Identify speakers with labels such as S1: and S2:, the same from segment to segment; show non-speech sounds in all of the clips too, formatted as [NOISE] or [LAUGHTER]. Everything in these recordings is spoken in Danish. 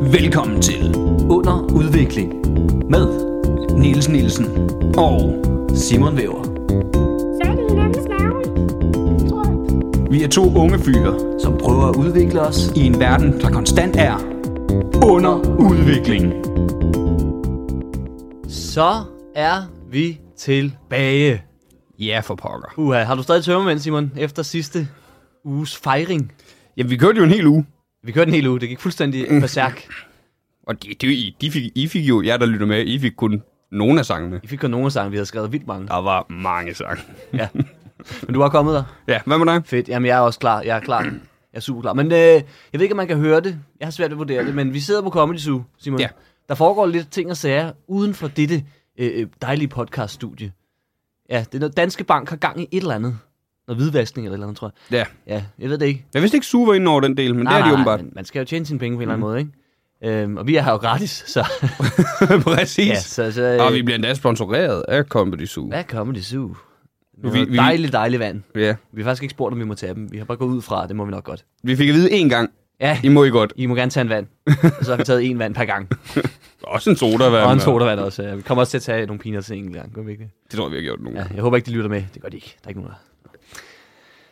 S1: Velkommen til Under Udvikling med Niels Nielsen og Simon Væver.
S2: Fat i hinandens navle. Tror jeg.
S1: Vi er to unge fyre
S3: som prøver at udvikle os.
S1: i en verden, der konstant er under udvikling.
S3: Så er vi tilbage.
S1: Ja, for pokker.
S3: Uha, har du stadig tømmermænd, Simon, efter sidste uges fejring?
S1: Jamen, vi kørte jo en hel uge.
S3: Vi kørte en hel uge, det gik fuldstændig berserk.
S1: Og de, de, de fik, I fik jo, jer der lytter med, I fik kun nogle af sangene.
S3: Vi fik kun nogle sange, vi havde skrevet vildt mange.
S1: Der var mange sange.
S3: Ja. Men du har kommet der.
S1: Ja, hvad med dig?
S3: Fedt, jamen jeg er også klar, jeg er klar. Jeg er super klar. Men øh, jeg ved ikke, om man kan høre det. Jeg har svært ved at vurdere det, men vi sidder på Comedy Zoo, Simon.
S1: Ja.
S3: Der foregår lidt ting og sager uden for dette øh, øh, dejlige podcaststudie. Ja, det er noget, Danske Bank har gang i et eller andet. Noget hvidvaskning eller et eller andet, tror jeg.
S1: Ja.
S3: Ja, jeg ved det ikke.
S1: Jeg vidste ikke, Sue var inde over den del, men det er de åbenbart. [LAUGHS] Mm.
S3: men Man skal jo tjene sine penge på en eller anden måde, ikke? Øhm, og vi er her jo gratis,
S1: [LAUGHS]
S3: så...
S1: Præcis.
S3: ja, så, så
S1: Og
S3: øh,
S1: Ah, vi bliver endda sponsoreret af Comedy Zoo.
S3: hvad er Comedy Zoo?
S1: Nu,
S3: Vi,
S1: vi-
S3: vi,
S1: vi-
S3: dejlig, dejlig vand.
S1: Ja.
S3: Vi har faktisk ikke spurgt, om vi må tage dem. Vi har bare gået ud fra, at det må vi nok godt.
S1: Vi fik at vide én gang,
S3: Ja,
S1: I må I godt.
S3: I må gerne tage en
S1: [LAUGHS]
S3: vand. Og så har vi taget en vand per gang.
S1: Også en sodavand.
S3: Og en
S1: mand.
S3: sodavand også. Ja. Vi kommer også til at tage nogle piner til en gang. Gør vi ikke det?
S1: Det tror jeg, vi har gjort nogen.
S3: Ja,
S1: Ja.
S3: jeg håber ikke, de lytter med. Det gør de ikke. Der er ikke nogen, der...
S1: Der,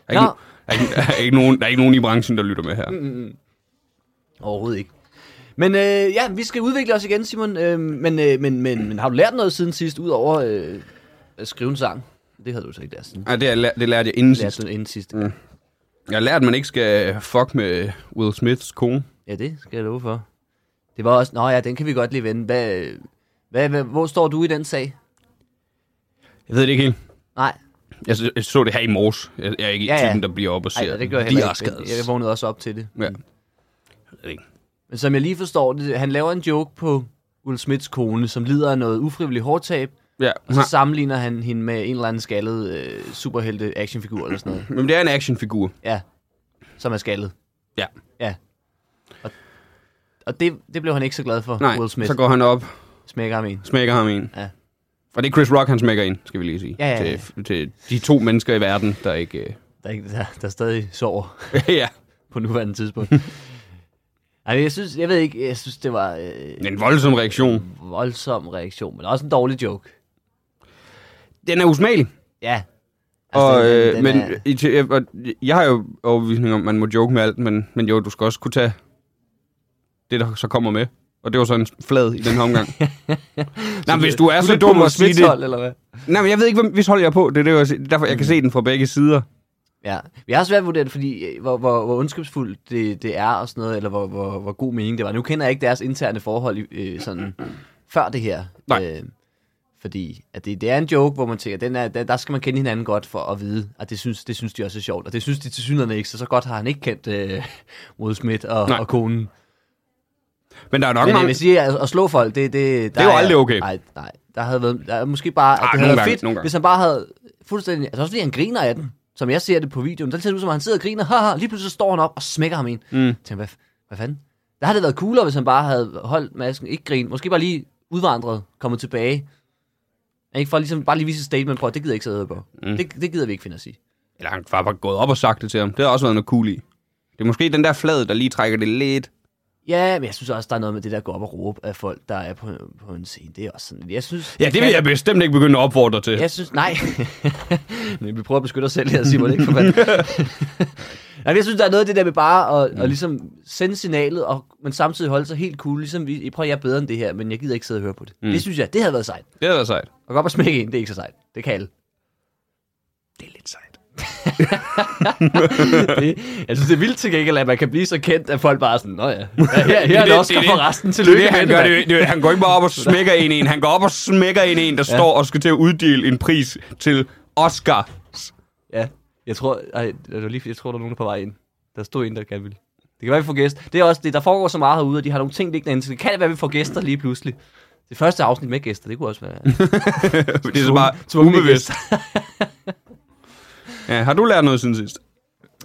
S1: er ikke,
S3: Nå.
S1: der, er ikke, der, er ikke nogen, der er ikke nogen i branchen, der lytter med her.
S3: Overhovedet ikke. Men øh, ja, vi skal udvikle os igen, Simon. Øh, men, øh, men, men, men har du lært noget siden sidst, udover øh, at skrive en sang? Det havde du så ikke lært siden.
S1: Ej, det, har jeg lært, det lærte jeg inden
S3: Lært
S1: sidst.
S3: siden inden sidst.
S1: Jeg har lært, at man ikke skal fuck med Will Smiths kone.
S3: Ja, det skal jeg love for. Det var også... Nå ja, den kan vi godt lige vende. Hvad, hvad, hvad, hvor står du i den sag?
S1: Jeg ved det ikke helt.
S3: Nej,
S1: Jeg så, jeg så det her i morges. Jeg, jeg er ikke
S3: Ja,
S1: ja,
S3: ja.
S1: ja. typen, der bliver op og
S3: Ej,
S1: ser.
S3: ja, det Mm. gør jeg heller
S1: de
S3: ikke. men Jeg vågnede også op til det.
S1: Ja. Jeg ved det ikke.
S3: Men som jeg lige forstår det, han laver en joke på Will Smiths kone, som lider af noget ufrivillig hårdtab,
S1: Ja.
S3: og så sammenligner han hende med en eller anden skaldet øh, superhelte actionfigur
S1: [CLEARS THROAT]
S3: eller sådan noget.
S1: Men det er en actionfigur.
S3: Ja, som er skaldet.
S1: Ja.
S3: Ja. Og, og det, det blev han ikke så glad for,
S1: Nej,
S3: Will Smith.
S1: så går han op,
S3: Smækker ham en.
S1: smækker ham en.
S3: Ja.
S1: Og det er Chris Rock, han smækker en, skal vi lige sige.
S3: Ja, ja, ja.
S1: Til, til de to mennesker i verden, der ikke... øh,
S3: Der, er ikke- der, der stadig sover.
S1: [LAUGHS] ja.
S3: [LAUGHS] på nuværende tidspunkt. Ej, men jeg synes, jeg ved ikke, jeg synes, det var øh,
S1: En voldsom reaktion.
S3: voldsom reaktion, men også en dårlig joke.
S1: Den er usmagelig.
S3: Ja. Altså,
S1: Og,
S3: den-
S1: øh,
S3: den
S1: men
S3: er,
S1: i te- og jeg har jo overbevisning om, at man må joke med alt, men, men jo, du skal også kunne tage det, der så kommer med. Og det var så en flad i den her [LAUGHS] omgang. nej, men hvis du er så
S3: lidt
S1: dum
S3: på
S1: at sige
S3: Smiths
S1: det...
S3: hold, eller hvad?
S1: Nej, men jeg ved ikke, hvem, hvis hold jeg er på. Det er det, jeg vil sige. derfor, jeg kan se den fra begge sider.
S3: Ja, vi har svært ved at vurdere det, fordi øh, hvor, hvor, hvor ondskabsfuldt det, det er og sådan noget, eller hvor, hvor, hvor god mening det var. Nu kender jeg ikke deres interne forhold i, øh, sådan [CLEARS THROAT] før det her.
S1: Nej.
S3: Øh, fordi at det, det er en joke, hvor man tænker, den er, der, der skal man kende hinanden godt for at vide, at det synes, det synes de også er sjovt. Og det synes de til synligheden ikke, så så godt har han ikke kendt øh, [LAUGHS] Will Smith og,
S1: Nej.
S3: og konen.
S1: Men der er nok
S3: Men jeg
S1: mange...
S3: vil sige, at, at slå folk, det, det, der
S1: er jo aldrig okay.
S3: Nej, nej. Der havde været, der er måske bare, at
S1: Ah,
S3: det
S1: nogle
S3: havde været
S1: gange,
S3: fedt,
S1: nogle gange.
S3: hvis han bare havde fuldstændig, altså også fordi han griner af den, som jeg ser det på videoen, der ser det ud som, om han sidder og griner, haha, lige pludselig så står han op og smækker ham en. Mm. Tænker, hvad, f- hvad fanden? Der havde det været coolere, hvis han bare havde holdt masken, ikke grint, måske bare lige udvandret, kommet tilbage. Ikke for ligesom bare lige vise et statement, prøv, at det gider jeg ikke sidde på. Mm. Det, det gider vi ikke finde os i.
S1: Eller han var bare gået op og sagt det til ham. Det har også været noget cool i. Det er måske den der flad, der lige trækker det lidt.
S3: Ja, men jeg synes også, der er noget med det der at gå op og råbe af folk, der er på, på en scene. Det er også sådan, jeg synes...
S1: Ja, det vil jeg bestemt ikke begynde at opfordre til.
S3: Jeg synes, nej. [LAUGHS] Men vi prøver at beskytte os selv her, Simon, ikke for [LAUGHS] fanden. Jamen, jeg synes, der er noget af det der med bare at, mm. at ligesom sende signalet, og, men samtidig holde sig helt cool. Ligesom, vi, prøv, jeg er bedre end det her, men jeg gider ikke sidde og høre på det. Mm. Det synes jeg, det havde været sejt.
S1: Det havde været sejt.
S3: Og gå op og smække en, det er ikke så sejt. Det kan alle.
S1: Det er lidt sejt.
S3: [LAUGHS] Det, jeg synes, det er vildt til gengæld, at man kan blive så kendt, at folk bare er sådan, nå ja, her, her, her er det
S1: det-
S3: også
S1: det er
S3: for
S1: det.
S3: resten.
S1: Det er
S3: Tillykke
S1: det, han
S3: med
S1: gør.
S3: mand."
S1: Det, er- det, er- han går ikke bare op og smækker en en. Han går op og smækker en en, der ja. står og skal til at uddele en pris til Oscar. [LAUGHS]
S3: Ja, jeg tror, ej, det var lige, jeg tror, der er nogen der er på vej ind. Der stod en, der gerne ville. Det kan være, vi får gæst. Det er også det, der foregår så meget herude, og de har nogle ting liggende inde, så det kan være, vi får gæster lige pludselig. Det første afsnit med gæster, det kunne også være.
S1: Det er så bare
S3: tvungne [LAUGHS]
S1: ubevidst. ja, har du lært noget siden sidst?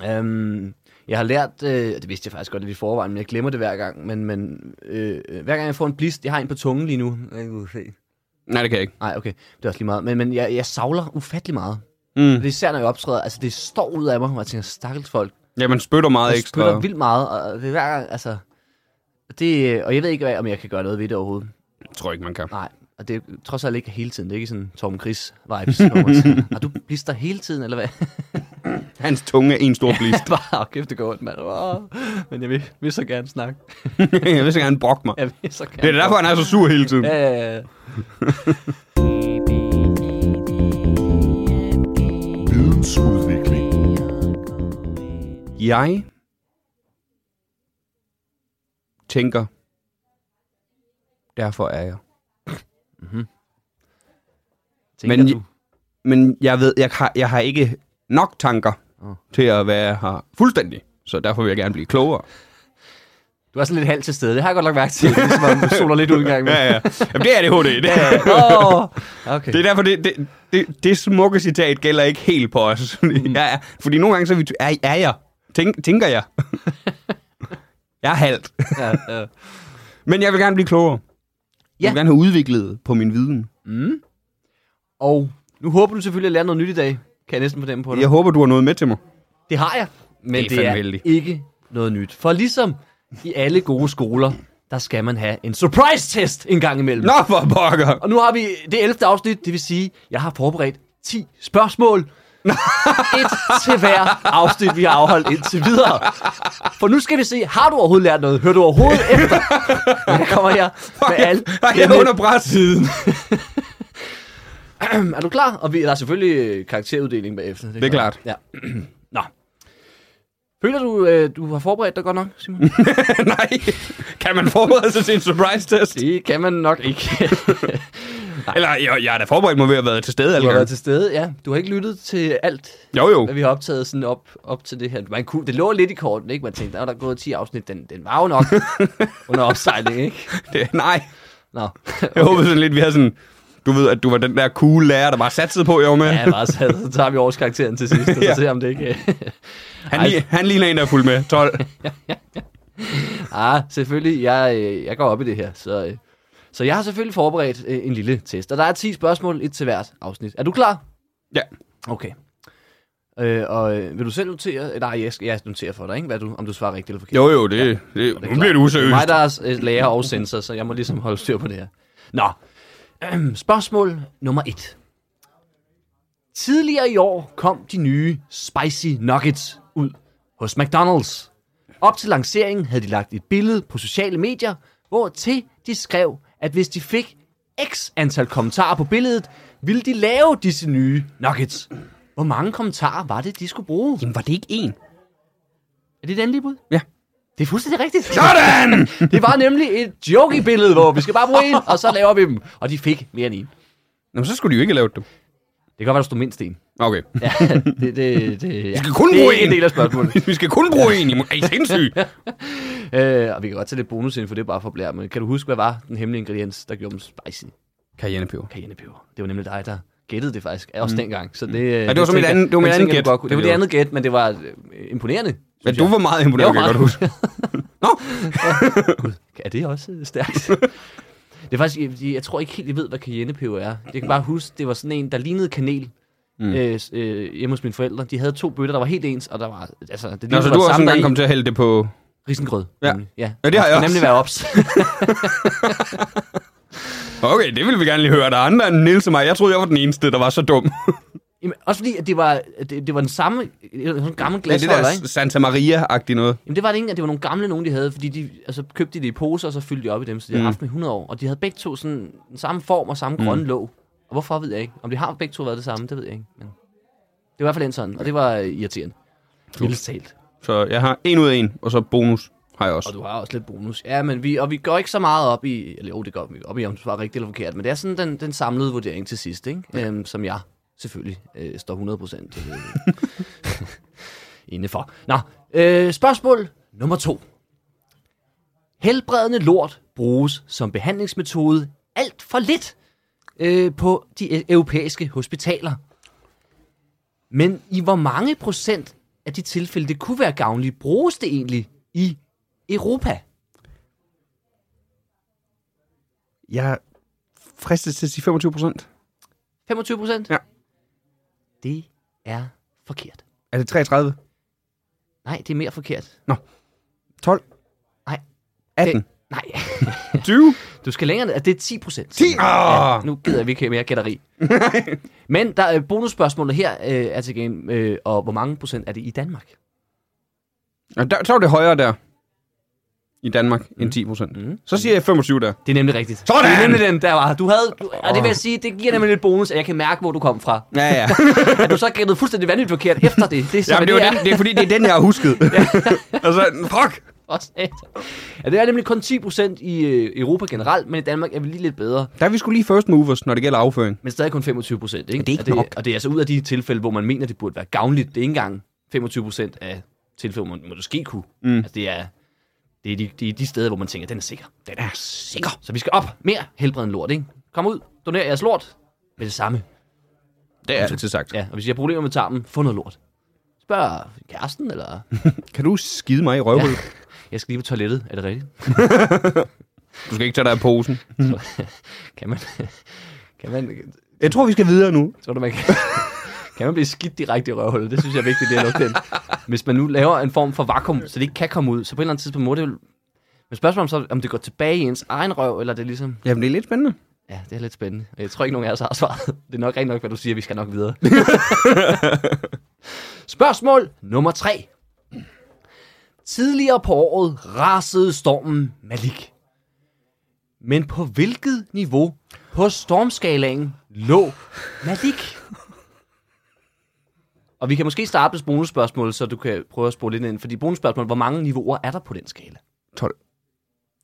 S3: øhm, jeg har lært, øh, og det vidste jeg faktisk godt lidt i forvejen, men jeg glemmer det hver gang. Men, men øh, øh, hver gang jeg får en blist, jeg har en på tungen lige nu. Jeg kan se.
S1: Nej, det kan jeg ikke.
S3: Nej, okay. Det er også lige meget. Men, men jeg, jeg savler ufattelig meget.
S1: Mm.
S3: Og Det er især, når jeg optræder. Altså, det står ud af mig, og jeg tænker, stakkels folk.
S1: Ja, man spytter meget
S3: Jeg
S1: ekstra.
S3: spytter vildt meget, og det er hver gang, altså... Det, og jeg ved ikke, hvad- om jeg kan gøre noget ved det overhovedet.
S1: Jeg tror ikke, man kan.
S3: Nej, og det er trods alt ikke hele tiden. Det er ikke sådan Tom Chris vibes. hvor man siger, Har du blister hele tiden, eller hvad? [LAUGHS]
S1: Hans tunge er en stor blist. [LAUGHS]
S3: Bare, "Åh, kæft, det går ondt, mand. Åh, Men jeg vil, vil, så gerne snakke.
S1: jeg vil så gerne brokke mig.
S3: Jeg vil så gerne.
S1: Det er derfor, han er så sur hele tiden.
S3: Ja, ja, ja.
S4: Vidensudvikling.
S1: Jeg tænker, derfor er jeg.
S3: Tænker
S1: Men-
S3: du?
S1: Men jeg ved, jeg har, jeg har ikke nok tanker til at være her fuldstændig. Så derfor vil jeg gerne blive klogere.
S3: Du er sådan lidt halvt til stede. Det har jeg godt lagt mærke til. Det er, som om du soler lidt ud en gang. med.
S1: [LAUGHS] Ja, ja. Jamen, det er ADHD. [LAUGHS] Det, er,
S3: Åh, okay.
S1: det er derfor, det, det, det, det smukke citat gælder ikke helt på os. [LAUGHS] Jeg er, fordi nogle gange så er, vi, t- er, er jeg. Tænk, tænker [LAUGHS] jeg. Jeg er halvt.
S3: Ja, ja.
S1: Men jeg vil gerne blive klogere. Jeg
S3: Ja.
S1: vil gerne have udviklet på min viden.
S3: Og nu håber du selvfølgelig at lære noget nyt i dag. Kan jeg næsten fornemme på dig.
S1: Jeg håber, du har noget med til mig.
S3: Det har jeg, men
S1: Det er
S3: det er,
S1: fandme
S3: det er
S1: heldigt.
S3: ikke noget nyt. For ligesom i alle gode skoler, der skal man have en surprise-test en gang imellem.
S1: Nå, for pokker!
S3: Og nu har vi det 11. afsnit, det vil sige, jeg har forberedt 10 spørgsmål. Et til hver afsnit, vi har afholdt indtil videre. For nu skal vi se, har du overhovedet lært noget? Hører du overhovedet efter? Men Jeg kommer her med alt.
S1: Ej, jeg er under brætsiden.
S3: [CLEARS THROAT] Er du klar? Og vi, der er selvfølgelig øh, karakteruddeling bagefter.
S1: Det er klart.
S3: Ja. [CLEARS THROAT] Nå. Føler du, øh, du har forberedt dig godt nok, Simon?
S1: [LAUGHS] Nej, kan man forberede sig til en surprise test?
S3: Det kan man nok [LAUGHS] ikke.
S1: Eller, jeg, jeg er da forberedt mig ved at være til stede
S3: Altså,
S1: alle
S3: du har været
S1: gange.
S3: til stede, ja. Du har ikke lyttet til alt,
S1: Jo, jo.
S3: hvad vi har optaget sådan op, op til det her. Man kunne, det lå lidt i korten, ikke? Man tænkte, der er der gået 10 afsnit, den, den var jo [LAUGHS] nok under opsejling, ikke?
S1: Det, nej,
S3: Nå.
S1: jeg håbede sådan lidt, vi havde sådan... Du ved, at du var den der cool lærer, der bare satsede på, jeg var med.
S3: Ja, bare så, så tager vi årskarakteren til [LAUGHS] sidst, og så
S1: Ja.
S3: ser om det ikke...
S1: han, li- han ligner en, der er fuld med. 12.
S3: ah, selvfølgelig, jeg, øh, jeg går op i det her, så... øh, Så jeg har selvfølgelig forberedt øh, en lille test, og der er 10 spørgsmål, et til hvert afsnit. Er du klar?
S1: Ja.
S3: Okay. Øh, og øh, vil du selv notere? Nej, jeg, skal- jeg noterer for dig, ikke? Hvad du, om du svarer rigtigt eller forkert.
S1: Jo, jo, det, det,
S3: Det er
S1: nu bliver
S3: klart.
S1: det useriøst.
S3: Det er mig, der er øh, lærer og sensor, så jeg må ligesom holde styr på det her. Nå, Øhm, spørgsmål nummer et. Tidligere i år kom de nye Spicy Nuggets ud hos McDonald's. Op til lanceringen havde de lagt et billede på sociale medier, hvor til de skrev, at hvis de fik x antal kommentarer på billedet, ville de lave disse nye nuggets. Hvor mange kommentarer var det, de skulle bruge?
S1: Jamen, var det ikke en?
S3: Er det den lige bud?
S1: Ja.
S3: Det er fuldstændig rigtigt.
S1: Sådan!
S3: Det var nemlig et joke i billedet, hvor vi skal bare bruge en, og så laver vi dem. Og de fik mere end en.
S1: Nå, men så skulle de jo ikke have lavet dem.
S3: Det kan godt være, der stod mindst en.
S1: Okay.
S3: Ja, det, det,
S1: [LAUGHS]
S3: det, ja. Vi
S1: skal kun
S3: det er
S1: bruge
S3: ikke en
S1: en.
S3: del af
S1: [LAUGHS]
S3: spørgsmålet.
S1: vi skal kun bruge en. I må- Er I [LAUGHS] sindssyge?
S3: øh, og vi kan godt tage lidt bonus ind for det, er bare for at blære. Men kan du huske, hvad var den hemmelige ingrediens, der gjorde dem spicy?
S1: Cayennepeber.
S3: Cayennepeber. Det var nemlig dig, der gættede det faktisk. Også dengang. Så det, ja,
S1: Mm. det var så mit andet- det var mit andet gæt.
S3: Det var
S1: Det
S3: det
S1: var-
S3: andet gæt, men det var øh, imponerende.
S1: Men
S3: synes
S1: du
S3: jeg.
S1: var meget imponeret,
S3: Jeg
S1: kan
S3: var
S1: jeg godt huske.
S3: Er det også øh, stærkt? [LAUGHS] det er faktisk, jeg, jeg tror ikke helt, jeg ved, hvad cayennepeber er. Jeg kan bare huske, det var sådan en, der lignede kanel. Mm. Øh, s- øh, hjemme hos mine forældre. De havde to bøtter, der var helt ens, og der var... Altså, det
S1: Nå,
S3: lignede,
S1: så
S3: der
S1: du
S3: var
S1: har også
S3: samme
S1: engang
S3: deri.
S1: kommet til at hælde det på...
S3: Risengrød.
S1: Ja.
S3: nemlig. ja.
S1: Ja, det har
S3: Man
S1: jeg
S3: skal
S1: også.
S3: nemlig være ops. [LAUGHS]
S1: Okay, det vil vi gerne lige høre. Der er andre end Nils og mig. Jeg troede, jeg var den eneste, der var så dum.
S3: Jamen, også fordi, at det var, at det, det var den samme, det var sådan en
S1: [LAUGHS]
S3: gammel
S1: det er det
S3: glasholder, ikke?
S1: der Santa Maria-agtige noget.
S3: Jamen, det var det ikke, at det var nogle gamle nogen, de havde, fordi de, altså, købte de det i poser, og så fyldte de op i dem, så de mm. havde haft dem i 100 år. Og de havde begge to sådan den samme form og samme mm. grønne låg. Og hvorfor ved jeg ikke. Om de har begge to været det samme, det ved jeg ikke. Men det var i hvert fald en sådan, og det var øh, irriterende. Vildt talt.
S1: Så jeg har en ud af en, og så bonus har jeg også.
S3: Og du har også lidt bonus. Ja, men vi, og vi går ikke så meget op i, eller jo, det går vi op i, om det var rigtigt eller forkert, men det er sådan den, den samlede vurdering til sidst, ikke? Okay. Øhm, som jeg selvfølgelig øh, står 100% øh, inde for. Nå, øh, spørgsmål nummer to. Helbredende lort bruges som behandlingsmetode alt for lidt øh, på de e- europæiske hospitaler. Men i hvor mange procent af de tilfælde, det kunne være gavnligt, bruges det egentlig i Europa?
S1: Jeg fristes til at sige 25 procent.
S3: 25 procent?
S1: Ja.
S3: Det er forkert.
S1: Er det 33?
S3: Nej, det er mere forkert.
S1: 12?
S3: Nej.
S1: 18?
S3: Det, Nej, [LAUGHS]
S1: 20?
S3: du skal længere ned. Altså, det er 10 procent.
S1: 10? Ja.
S3: Nu gider vi ikke mere gætteri. Men der er bonusspørgsmålet her øh, er til game, øh, og hvor mange procent er det i Danmark?
S1: Og der, så er det højere der i Danmark end 10 procent.
S3: Mm.
S1: Så siger jeg 25 der.
S3: Det er nemlig rigtigt.
S1: Sådan!
S3: Det er nemlig den, der var. Du havde, du, og det vil jeg sige, det giver nemlig lidt bonus, at jeg kan mærke, hvor du kom fra.
S1: Ja, [LAUGHS] ja.
S3: At du så gættede fuldstændig vanvittigt forkert efter det. Det er
S1: Jamen,
S3: Jamen,
S1: det,
S3: det,
S1: var den, det er fordi, det er den, jeg har [LAUGHS] husket. altså, fuck!
S3: er. Ja, det er nemlig kun 10% i øh, Europa generelt, men i Danmark er vi lige lidt bedre.
S1: Der er vi skulle lige first movers, når det gælder afføring.
S3: Men stadig kun 25 procent, ikke?
S1: det er ikke
S3: og, det,
S1: nok.
S3: og det er altså ud af de tilfælde, hvor man mener, det burde være gavnligt. Det er ikke engang 25 procent af tilfælde, hvor man måske kunne. Mm. Altså, det er, det er de, de, de steder, hvor man tænker, den er sikker. Den er sikker. Så vi skal op. Mere helbred end lort, ikke? Kom ud. Doner jeres lort. Med det samme.
S1: Det er altid Altså, sagt. Ja.
S3: Ja, og hvis I har problemer med tarmen, få noget lort. Spørg kæresten, eller...
S1: Kan du skide mig i røvhul? Ja.
S3: Jeg skal lige på toilettet, er det rigtigt?
S1: Du skal ikke tage dig af posen.
S3: Kan man... [LAUGHS] Kan man...
S1: Jeg tror, vi skal videre nu.
S3: Tror du, man kan... [LAUGHS] Kan man blive skidt direkte i røvhullet? Det synes jeg er vigtigt, det er lukke den. Hvis man nu laver en form for vakuum, så det ikke kan komme ud, så på et eller andet tidspunkt må det jo... Men spørgsmålet er så, om det går tilbage i ens egen røv, eller det er ligesom...
S1: Jamen, det er lidt spændende.
S3: Ja, det er lidt spændende. Og Jeg tror ikke, nogen af os har svaret. Det er nok rent nok, hvad du siger. Vi skal nok videre. Spørgsmål nummer tre. Tidligere på året rasede stormen Malik. Men på hvilket niveau på stormskalaen lå Malik? Og vi kan måske starte med bonusspørgsmål, så du kan prøve at spore lidt ind. Fordi bonusspørgsmål, hvor mange niveauer er der på den skala?
S1: 12.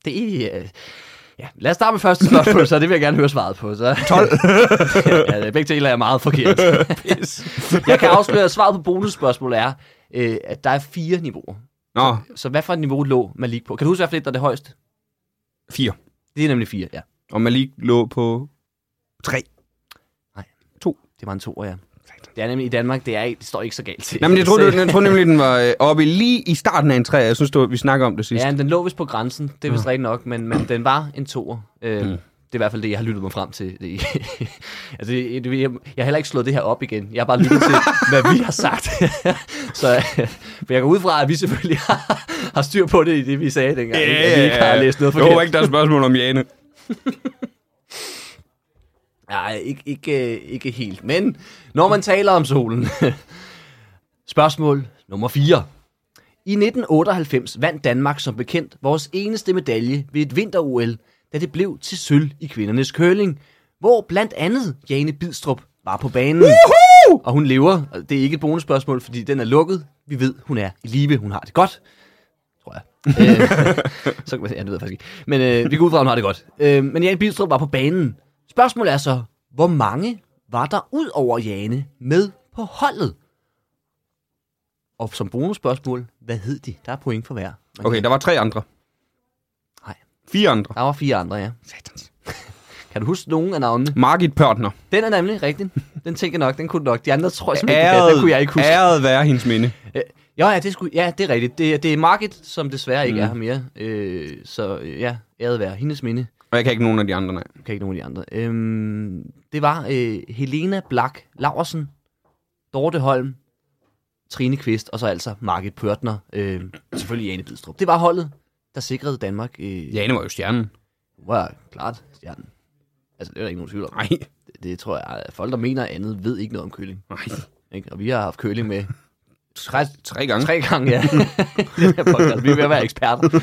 S3: Det er... Ja, lad os starte med første spørgsmål, så det vil jeg gerne høre svaret
S1: [LAUGHS]
S3: på. Så.
S1: 12.
S3: ja, begge dele er meget forkert. jeg kan afsløre, at svaret på bonusspørgsmålet er, øh, at der er fire niveauer.
S1: Nå,
S3: Så hvad for et niveau lå Malik på? Kan du huske, hvad for et, der er det højeste?
S1: 4.
S3: Det er nemlig fire, ja.
S1: Og Malik lå på 3.
S3: Det var en to, ja. Det er nemlig i Danmark, det, er, ikke- det står ikke så galt til.
S1: Nej, men jeg [LAUGHS] troede,
S3: [LAUGHS] Så-
S1: jeg troede nemlig, den var øh, oppe i- lige i starten af en 3. Jeg synes, det var, vi snakker om det sidst.
S3: Ja, men den lå vist på grænsen, det er vist rigtigt nok, men, men den var en toer. Øh, Det er i hvert fald det, jeg har lyttet mig frem til. Det, [LAUGHS] altså, det, det- jeg, jeg har heller ikke slået det her op igen. Jeg har bare lyttet til, hvad vi har sagt. [LAUGHS] så øh, for jeg går ud fra, at vi selvfølgelig [LAUGHS] har, har styr på det i det, vi sagde dengang. ikke? at vi ikke har læst noget
S1: Jeg håber
S3: forkert.
S1: ikke, der er spørgsmål om Jane.
S3: Nej, ikke, ikke, øh, ikke helt. Men når man taler om solen. [LAUGHS] Spørgsmål nummer 4. I 1998 vandt Danmark som bekendt vores eneste medalje ved et vinter-OL, da det blev til sølv i kvindernes curling, hvor blandt andet Jane Bidstrup var på banen. Woohoo! Og hun lever. Og Det er ikke et bonusspørgsmål, fordi den er lukket. Vi ved, hun er i live. Hun har det godt. Tror jeg. Øh, [LAUGHS] så kan man, ja, det ved jeg faktisk ikke. Men øh, vi går ud fra, at hun har det godt. Øh, men Jane Bilstrup var på banen. Spørgsmålet er så, hvor mange var der ud over Jane med på holdet? Og som bonusspørgsmål, hvad hed de? Der er point for hver. Man
S1: Okay,
S3: kan-
S1: der var tre andre.
S3: Nej.
S1: Fire andre.
S3: der var fire andre, ja.
S1: Satans.
S3: Kan du huske nogen af navnene?
S1: Margit Pørtner.
S3: Den er nemlig rigtig. Den tænker jeg nok, den kunne du nok. De andre tror jeg simpelthen ikke, du kan.
S1: Æret,
S3: den kunne jeg ikke huske.
S1: æret være hendes minde.
S3: Øh, Jo, ja, det, skulle, ja, det er rigtigt. Det, det er Market, som desværre ikke mm. er her mere. Øh, så øh, ja, æret være hendes minde.
S1: Og jeg kan ikke nogen af de andre, nej.
S3: kan ikke nogen af de andre. Øhm, det var øh, Helena Blak Laversen, Dorte Holm, Trine Kvist, og så altså Margit Pørtner, øh, selvfølgelig Jane Bidstrup. Det var holdet, der sikrede Danmark. Øh,
S1: Jane var jo stjernen.
S3: Var klart stjernen. Altså, det er der ikke nogen tvivl om.
S1: Nej,
S3: Det, det tror jeg, at folk, der mener andet, ved ikke noget om køling.
S1: nej.
S3: Ikke? Og vi har haft køling med tre,
S1: Tre gange.
S3: Tre gange, ja. [LAUGHS] det er podcast. Vi er ved at være eksperter.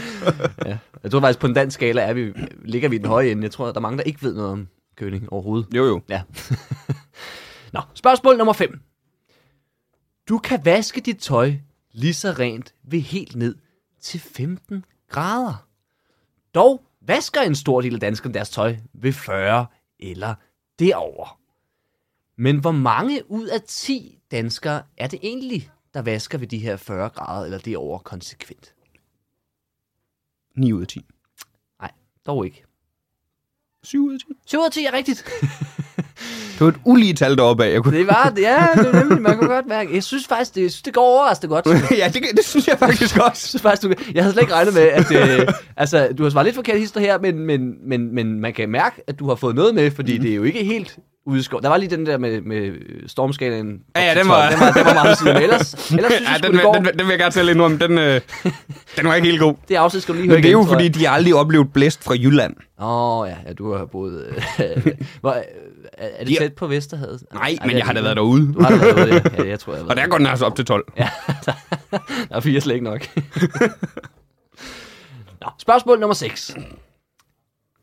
S3: Ja. Jeg tror faktisk, på en dansk skala er vi, ligger vi i den høje ende. Jeg tror, der er mange, der ikke ved noget om køling overhovedet.
S1: Jo, jo.
S3: Ja. [LAUGHS] Nå, spørgsmål nummer 5. Du kan vaske dit tøj lige så rent ved helt ned til 15 grader. Dog vasker en stor del af danskerne deres tøj ved 40 eller derover. Men hvor mange ud af 10 danskere er det egentlig, der vasker ved de her 40 grader eller derover konsekvent?
S1: 9 ud af 10.
S3: Nej, dog ikke.
S1: 7 ud af 10.
S3: 7 ud af 10 er rigtigt.
S1: Det var et ulige tal deroppe af. Jeg kunne...
S3: Det var det, ja, det var nemlig, man kunne godt mærke. Jeg synes faktisk, det, jeg synes, det går overraskende godt.
S1: [LAUGHS] ja, det, det, synes jeg faktisk
S3: [LAUGHS]
S1: også.
S3: Så faktisk, du, jeg havde slet ikke regnet med, at øh, altså,
S1: Mhm.
S3: du har svaret lidt forkert hister her, men, men, men, men man kan mærke, at du har fået noget med, fordi mm. det er jo ikke helt ude i skov. Der var lige den der med, med stormskalaen. op
S1: Ja, ja,
S3: til
S1: den var-
S3: 12. den var, den var meget siden.
S1: [LAUGHS]
S3: Men ellers, ellers synes jeg,
S1: Ja,
S3: sgu,
S1: den,
S3: det
S1: vil,
S3: går.
S1: den, vil- den vil jeg gerne tælle ind om. Den,
S3: [LAUGHS]
S1: øh, den var ikke helt god.
S3: Det afsnit skal du lige høre
S1: Men det er
S3: igen,
S1: jo,
S3: tror jeg.
S1: fordi de aldrig oplevet blæst fra Jylland.
S3: Åh, oh, ja, ja, du har boet... øh, [LAUGHS] Hvor, øh, er er det
S1: Ja.
S3: tæt på Vesterhavet?
S1: Nej,
S3: Ej,
S1: men
S3: det
S1: jeg har da
S3: ikke.
S1: været derude.
S3: Du har da været derude, ja. ja. jeg tror, jeg
S1: [LAUGHS]
S3: har
S1: Og der
S3: været
S1: går den altså op til 12.
S3: Ja, [LAUGHS] der, der er fire slet ikke nok. [LAUGHS] Nå, spørgsmål nummer 6.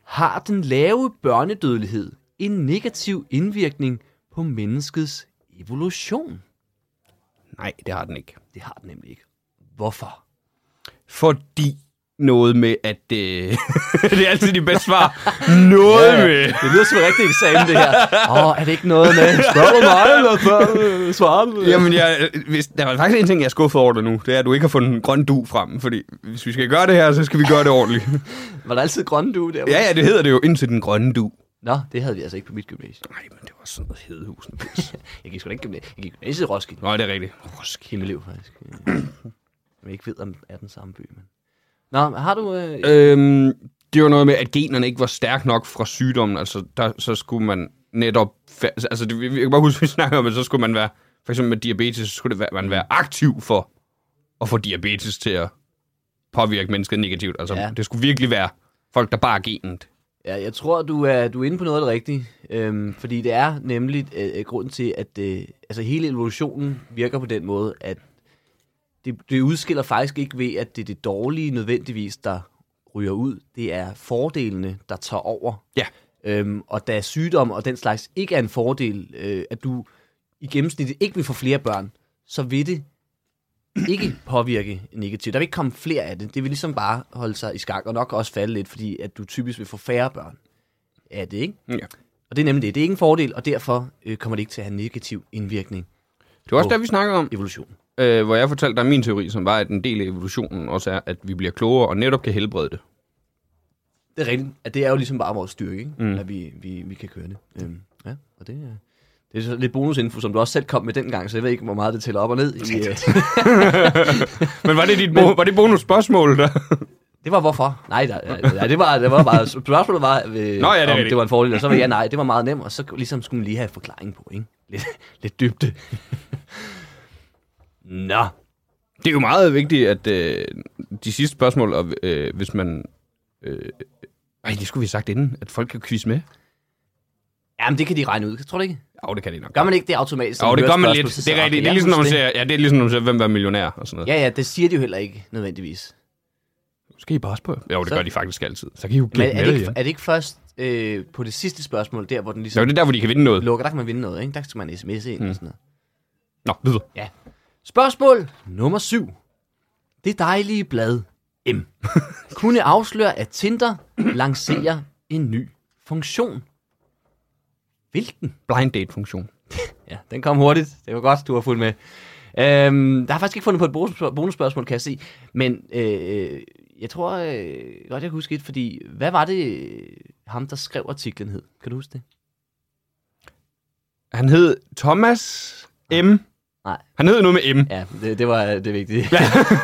S3: Har den lave børnedødelighed en negativ indvirkning på menneskets evolution?
S1: Nej, det har den ikke.
S3: Det har den nemlig ikke. Hvorfor?
S1: Fordi noget med, at... Øh, [LAUGHS] det er altid de bedste [LAUGHS] svar.
S3: Øh,
S1: Noget med...
S3: Det lyder som en rigtig eksamen, det her. Åh, oh, er det ikke noget med, [LAUGHS] spørg du mig, eller spørg, svarer du?
S1: Jamen, jeg, hvis, der var faktisk en ting, jeg er skuffet over dig nu. Det er, at du ikke har fundet en grøn du frem. Fordi hvis vi skal gøre det her, så skal vi gøre det ordentligt.
S3: Var der altid grønne du der?
S1: ja, ja, det hedder det jo indtil den grønne du.
S3: Nå, det havde vi altså ikke på mit gymnasium.
S1: Nej, men det var sådan noget hedehusende.
S3: [LAUGHS] Jeg gik sgu da ikke gymnasium. Jeg gik gymnasiet i Roskilde.
S1: Nej, det er rigtigt.
S3: Himmelev, faktisk. Øh, [CLEARS THROAT] Jeg ikke ved, om det er den samme by, men... Nå, men har du... Øh...
S1: Øhm, det var noget med, at generne ikke var stærk nok fra sygdommen. Altså, der, så skulle man netop... fa- Altså, det, jeg kan bare huske, vi snakker om, at så skulle man være... For eksempel med diabetes, så skulle det være, man være aktiv for at få diabetes til at påvirke mennesket negativt. Altså,
S3: Ja.
S1: ja. det skulle virkelig være folk, der bare er genet.
S3: Ja, jeg tror, du er, du er inde på noget af det rigtige. Øhm, fordi det er nemlig øh, grunden til, at øh, altså, hele evolutionen virker på den måde, at det, det udskiller faktisk ikke ved, at det er det dårlige nødvendigvis, der ryger ud. Det er fordelene, der tager over.
S1: Ja.
S3: Øhm, og da sygdom og den slags ikke er en fordel, øh, at du i gennemsnit ikke vil få flere børn, så vil det ikke påvirke negativt. Der vil ikke komme flere af det. Det vil ligesom bare holde sig i skak, og nok også falde lidt, fordi at du typisk vil få færre børn af det, ikke?
S1: ja.
S3: Og det er nemlig det. Det er ikke en fordel, og derfor øh, kommer det ikke til at have negativ indvirkning
S1: Det var også
S3: Åh.
S1: der, vi snakkede om,
S3: evolutionen.
S1: øh, hvor jeg fortalte dig min teori, som var, at en del af evolutionen også er, at vi bliver klogere og netop kan helbrede det.
S3: Det er rigtigt, at det er jo ligesom bare vores styrke, ikke? Mm. at vi, vi, vi kan køre det. Øhm, ja, og det er... Det er så lidt bonusinfo, som du også selv kom med dengang, så jeg ved ikke, hvor meget det tæller op og ned. I, øh,
S1: Men var det dit bo- var det bonusspørgsmål der?
S3: Det var hvorfor? Nej, nej, nej, nej det, var, det var bare... Spørgsmålet var, øh,
S1: Nå, ja, det er
S3: om
S1: rigtigt.
S3: det var en fordel, og så var ja, nej, det var meget nemt, og så ligesom skulle man lige have en forklaring på, ikke? Lidt, lidt dybde. Nå,
S1: Det er jo meget vigtigt, at øh, de sidste spørgsmål, og, øh, hvis man... Øh, ej, det skulle vi have sagt inden, at folk kan quizze med.
S3: jamen det kan de regne ud, tror du ikke?
S1: Jo, det kan de nok.
S3: Gør man ikke det automatisk? når
S1: jo, det
S3: hører
S1: gør man
S3: spørgsmålet,
S1: lidt.
S3: så
S1: Det
S3: siger,
S1: er rigtigt.
S3: okay,
S1: Det er
S3: jeg
S1: ligesom, når man
S3: husker
S1: siger, ja, det er ligesom, når man siger, hvem var millionær og sådan noget.
S3: det. Ja, ja, det siger de jo heller ikke, nødvendigvis.
S1: Skal I bare også på? Jo, det
S3: Så-
S1: gør de faktisk altid. Så kan I jo
S3: Men
S1: glemme
S3: er det
S1: det,
S3: ikke,
S1: igen.
S3: er det ikke først øh, på det sidste spørgsmål, der hvor den
S1: Nå,
S3: ligesom
S1: det er der, hvor de kan vinde noget.
S3: lukker, der kan man vinde noget, ikke? Der skal man sms'e ind mm. og sådan noget.
S1: Nå, videre.
S3: Ja. Spørgsmål nummer 7. Det dejlige blad M. [LAUGHS] Kunne afsløre, at Tinder lancerer en ny funktion. Hvilken?
S1: Blind date-funktion.
S3: Ja, den kom hurtigt. Det var godt, du har fulgt med. Øhm, der har faktisk ikke fundet på et bonus- bonusspørgsmål, kan jeg se. Men øh, jeg tror øh, godt, jeg kan huske et, fordi hvad var det, øh, ham der skrev artiklen hed? Kan du huske det?
S1: Han hed Thomas M.
S3: Nej.
S1: Han hed noget med M.
S3: Ja, det, det var øh, det [LAUGHS] vigtige.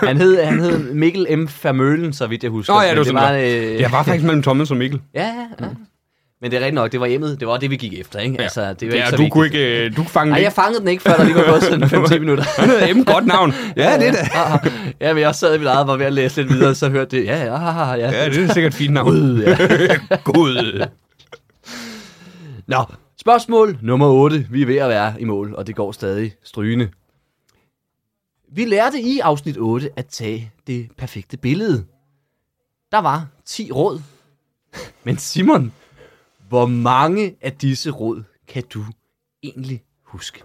S3: han, hed, han hed Mikkel M. Vermølen, så vidt jeg husker.
S1: Nå, ja, det
S3: Men
S1: var sådan
S3: øh,
S1: Jeg var faktisk mellem Thomas og
S3: [LAUGHS]
S1: Mikkel.
S3: Ja, ja, ja. Mm. Men det er rigtigt nok, det var hjemmet, det var det, vi gik efter, ikke? Ja. Altså, det var ikke
S1: Ja,
S3: så
S1: du
S3: vigtigt.
S1: kunne ikke... øh, Du fangede
S3: Ej,
S1: ikke.
S3: jeg fangede den ikke, før der lige var gået
S1: [LAUGHS]
S3: sådan 5-10 minutter.
S1: Han hed M. Godt
S3: [LAUGHS]
S1: navn. Ja, det er det.
S3: det. ja, men jeg sad i mit eget, var ved at læse lidt videre, så hørte det, ja, ja, ha, ha, ha, ja.
S1: Ja, det er sikkert et fint navn.
S3: Gud, ja.
S1: God.
S3: Nå, spørgsmål nummer 8. Vi er ved at være i mål, og det går stadig strygende. Vi lærte i afsnit 8 at tage det perfekte billede. Der var 10 råd. [LAUGHS] Men Simon, hvor mange af disse råd kan du egentlig huske?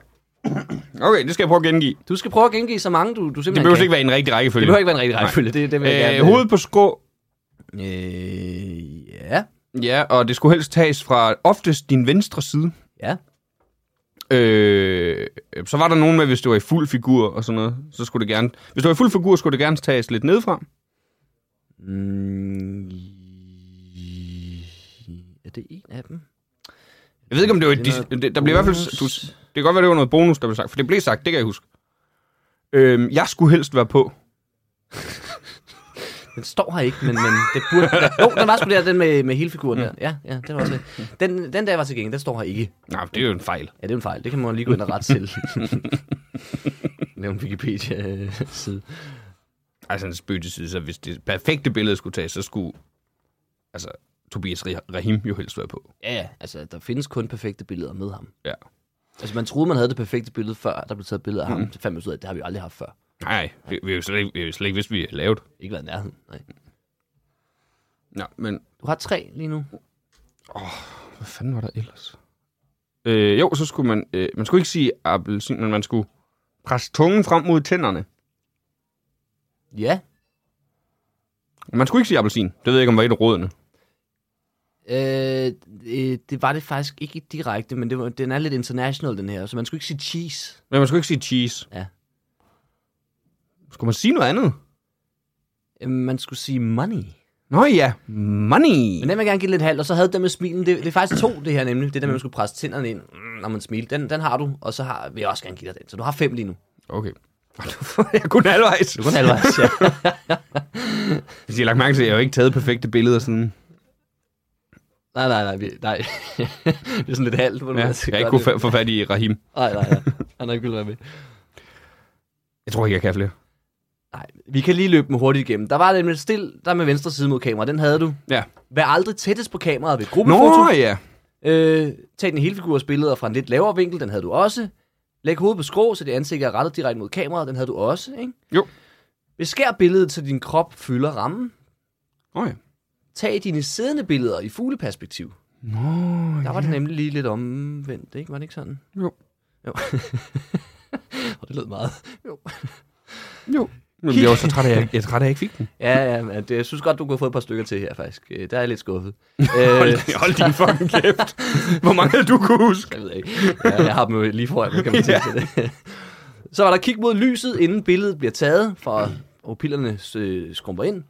S1: Okay, det skal jeg prøve at gengive.
S3: Du skal prøve at gengive så mange, du, du
S1: Det
S3: simpelthen
S1: behøver
S3: kan.
S1: ikke være i en rigtig rækkefølge.
S3: det behøver ikke være en rigtig rækkefølge. Det, det vil jeg
S1: Øh,
S3: gerne.
S1: hovedet på skrå.
S3: Øh, ja,
S1: Ja, og det skulle helst tages fra oftest din venstre side.
S3: ja.
S1: Øh, så var der nogen med, hvis du var i fuld figur og sådan noget, så skulle det gerne... Hvis du var i fuld figur, skulle det gerne tages lidt nedefra.
S3: Mm, er det en af dem?
S1: Jeg ved ikke, om det var...
S3: Det er
S1: Det
S3: noget
S1: det, der blev i hvert fald... Du,
S3: bonus.
S1: det kan godt være, det var noget bonus, der blev sagt, for det blev sagt, Øhm, det kan jeg huske. Øh, jeg skulle helst være på.
S3: Den står her ikke, men, men det burde... Jo, den var sgu der, den med, med hele figuren der. Ja, ja, den var også... Den, den der var til gengæld, den står her ikke.
S1: Nej, det er jo en fejl.
S3: Ja, det er jo en fejl. Det kan man lige gå ind og rette selv. Nævn Wikipedia-side.
S1: Altså en spøg til side, så hvis det perfekte billede skulle tages, så skulle altså, Tobias Re- Rahim jo helst være på.
S3: Ja, ja, altså, der findes kun perfekte billeder med ham.
S1: Ja.
S3: Altså, man troede, man havde det perfekte billede, før der blev taget billeder af ham. Mm. Så fandt man ud af, at det har vi aldrig haft før.
S1: Nej, vi, vi, har jo slet ikke, vi har jo slet ikke vidst, vi har lavet.
S3: Ikke været i nærheden. Nej.
S1: Nå, men
S3: Du har tre lige nu.
S1: Hvad fanden var der ellers? Øh, jo, så skulle man... Øh, man skulle ikke sige appelsin, men man skulle presse tungen frem mod tænderne.
S3: Ja.
S1: Man skulle ikke sige appelsin. Det ved jeg ikke, om var et af rådene.
S3: Øh, øh, det var det faktisk ikke direkte, men det var, den er lidt international, den her. Så man skulle ikke sige cheese.
S1: Men man skulle ikke sige cheese.
S3: Ja.
S1: Skulle man sige noget andet?
S3: Øh, Man skulle sige money.
S1: Nå ja, money.
S3: Men den vil jeg gerne give lidt halv, og så havde den med smilen. Det, det er faktisk to, det her nemlig. Det der med, at man skulle presse tænderne ind, mm, når man smilte. Den, den har du, og så har, vil jeg også gerne give dig den. Så du har fem lige nu.
S1: Okay. [LAUGHS] jeg er kun halvvejs. Du
S3: Kun
S1: [LAUGHS]
S3: halvvejs, ja.
S1: Hvis I har lagt mærke til, at jeg har jo ikke taget perfekte billeder sådan.
S3: Nej, nej, nej. Vi, nej. [LAUGHS] det er sådan lidt halvt, hvor du
S1: Ja, jeg har ikke kunne fa- få fat i Rahim.
S3: Nej, nej, nej. Han har ikke vildt være med.
S1: Jeg tror ikke, jeg kan flere.
S3: Nej, vi kan lige løbe dem hurtigt igennem. Der var nemlig still, der med venstre side mod kamera. Den havde du.
S1: Ja.
S3: Vær aldrig tættest på kameraet ved
S1: Nå
S3: gruppefoto.
S1: ja.
S3: Øh, tag den hele figurs billeder fra en lidt lavere vinkel, den havde du også. Læg hovedet på skrå, så dit ansigt er rettet direkte mod kameraet, den havde du også, ikke?
S1: Jo.
S3: Beskær billedet, så din krop fylder rammen.
S1: Nå ja.
S3: Tag dine siddende billeder i fugleperspektiv.
S1: Nå
S3: Der
S1: ja.
S3: var det nemlig lige lidt omvendt, ikke? Var det ikke sådan?
S1: Jo.
S3: Jo. [LAUGHS] Og det lød meget. Jo.
S1: Jo. Men jeg var så træt af, at jeg, jeg, er træt af, at jeg ikke fik den.
S3: Ja, ja, men det, jeg synes godt, du kunne have fået et par stykker til her, faktisk. Øh, Der er jeg lidt skuffet. øh,
S1: [LAUGHS] Hold, hold din fucking kæft. Hvor mange havde du kunne huske?
S3: Jeg ved ikke. Ja, jeg har dem jo lige foran mig, kan man sige til det. Så var der kig mod lyset, inden billedet bliver taget, for og pillerne øh, skrumper ind.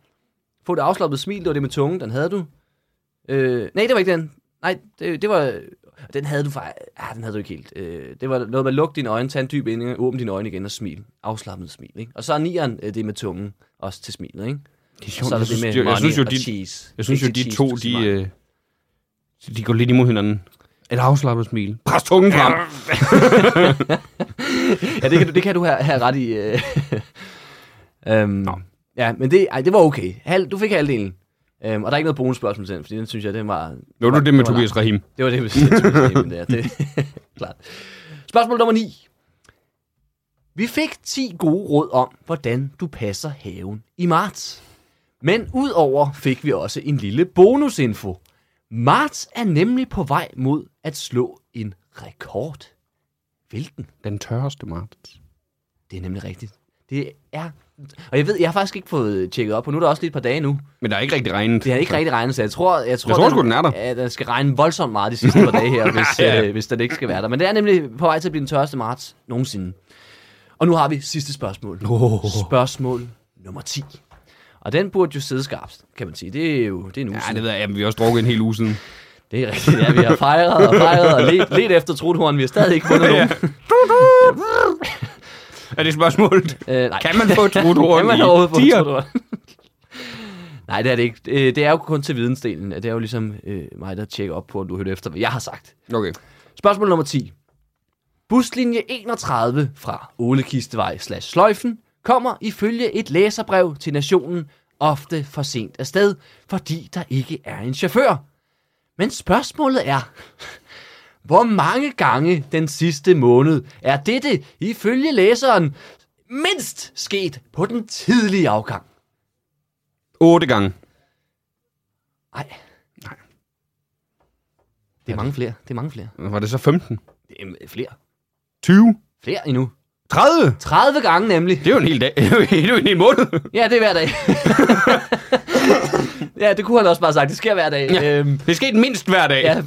S3: Få det afslappet smil, det var det med tungen, den havde du. Øh, nej, det var ikke den. Nej, det, det var... Den havde du faktisk... Ah, den havde du ikke helt. Øh, det var noget med luk dine øjne, tag en dyb inding, åbn dine øjne igen og smil. Afslappet smil, ikke? Og så er nieren øh, det med tungen, også til smilet, ikke?
S1: Det er
S3: Så er
S1: jeg
S3: det det
S1: synes,
S3: med
S1: jo, jeg
S3: money
S1: synes jo,
S3: og
S1: de,
S3: cheese.
S1: jeg synes jo,
S3: Ikke
S1: de
S3: cheese,
S1: to,
S3: du skal
S1: de,
S3: sige
S1: øh, de går lidt imod hinanden. Et afslappet smil. Pres tungen frem.
S3: Ja, det kan du, det kan du have, have ret i. øh. øhm, Nå. Ja, men det, ej, det var okay. Halv, du fik halvdelen. Øhm, og der er ikke noget bonusspørgsmål til den, fordi den synes jeg, den var...
S1: Nå, du det med
S3: var
S1: Tobias
S3: langt.
S1: Rahim.
S3: Det var det, med Tobias der. Det, [LAUGHS] klart. Spørgsmål nummer 9. Vi fik 10 gode råd om, hvordan du passer haven i marts. Men udover fik vi også en lille bonusinfo. Marts er nemlig på vej mod at slå en rekord. Hvilken?
S1: Den tørreste marts.
S3: Det er nemlig rigtigt. Det er... Og jeg ved, jeg har faktisk ikke fået tjekket op på, nu er der også lige et par dage nu.
S1: Men der er ikke rigtig regnet.
S3: Det har ikke rigtig regnet, så jeg tror, jeg tror,
S1: Jeg tror sgu, den er der.
S3: Ja, den skal regne voldsomt meget de sidste par dage
S1: [LAUGHS]
S3: her, hvis,
S1: Ja, ja.
S3: øh, hvis den ikke skal være der. Men det er nemlig på vej til at blive den tørreste marts nogensinde. Og nu har vi sidste spørgsmål.
S1: Oh.
S3: Spørgsmål nummer 10. Og den burde jo sidde skarpt, kan man sige. Det er jo det er en uge
S1: Ja,
S3: siden.
S1: det ved jeg. Jamen, vi har også drukket en hel uge siden.
S3: Det er rigtigt, ja. Vi har fejret og fejret og let, let efter truthorn. Vi har stadig ikke
S1: [LAUGHS]
S3: fundet nogen.
S1: Er det spørgsmålet?
S3: Øh, nej.
S1: Kan man få et truthorn
S3: [LAUGHS] kan man
S1: i
S3: overhovedet få et
S1: tier?
S3: truthorn? [LAUGHS] Nej, det er det ikke. Øh, Det er jo kun til vidensdelen. Det er jo ligesom øh, mig, der tjekker op på, om du hører efter, hvad jeg har sagt.
S1: Okay.
S3: Spørgsmål nummer 10. Buslinje 31 fra Ålekistevej slash Sløjfen kommer ifølge et læserbrev til nationen ofte for sent afsted, fordi der ikke er en chauffør. Men spørgsmålet er, [LAUGHS] hvor mange gange den sidste måned er dette ifølge læseren mindst sket på den tidlige afgang?
S1: Otte gange.
S3: Nej. Nej. Det er mange flere. Det er mange flere.
S1: Var det så 15?
S3: Det er flere.
S1: 20?
S3: Flere endnu.
S1: 30?
S3: 30 gange nemlig.
S1: Det er jo en hel dag. [LAUGHS] det er jo en hel måned.
S3: Ja, det er hver dag. [LAUGHS] ja, det kunne han også bare have sagt. Det sker hver dag. Ja. Øhm,
S1: Det er sket mindst
S3: [LAUGHS]
S1: hver dag.
S3: ja,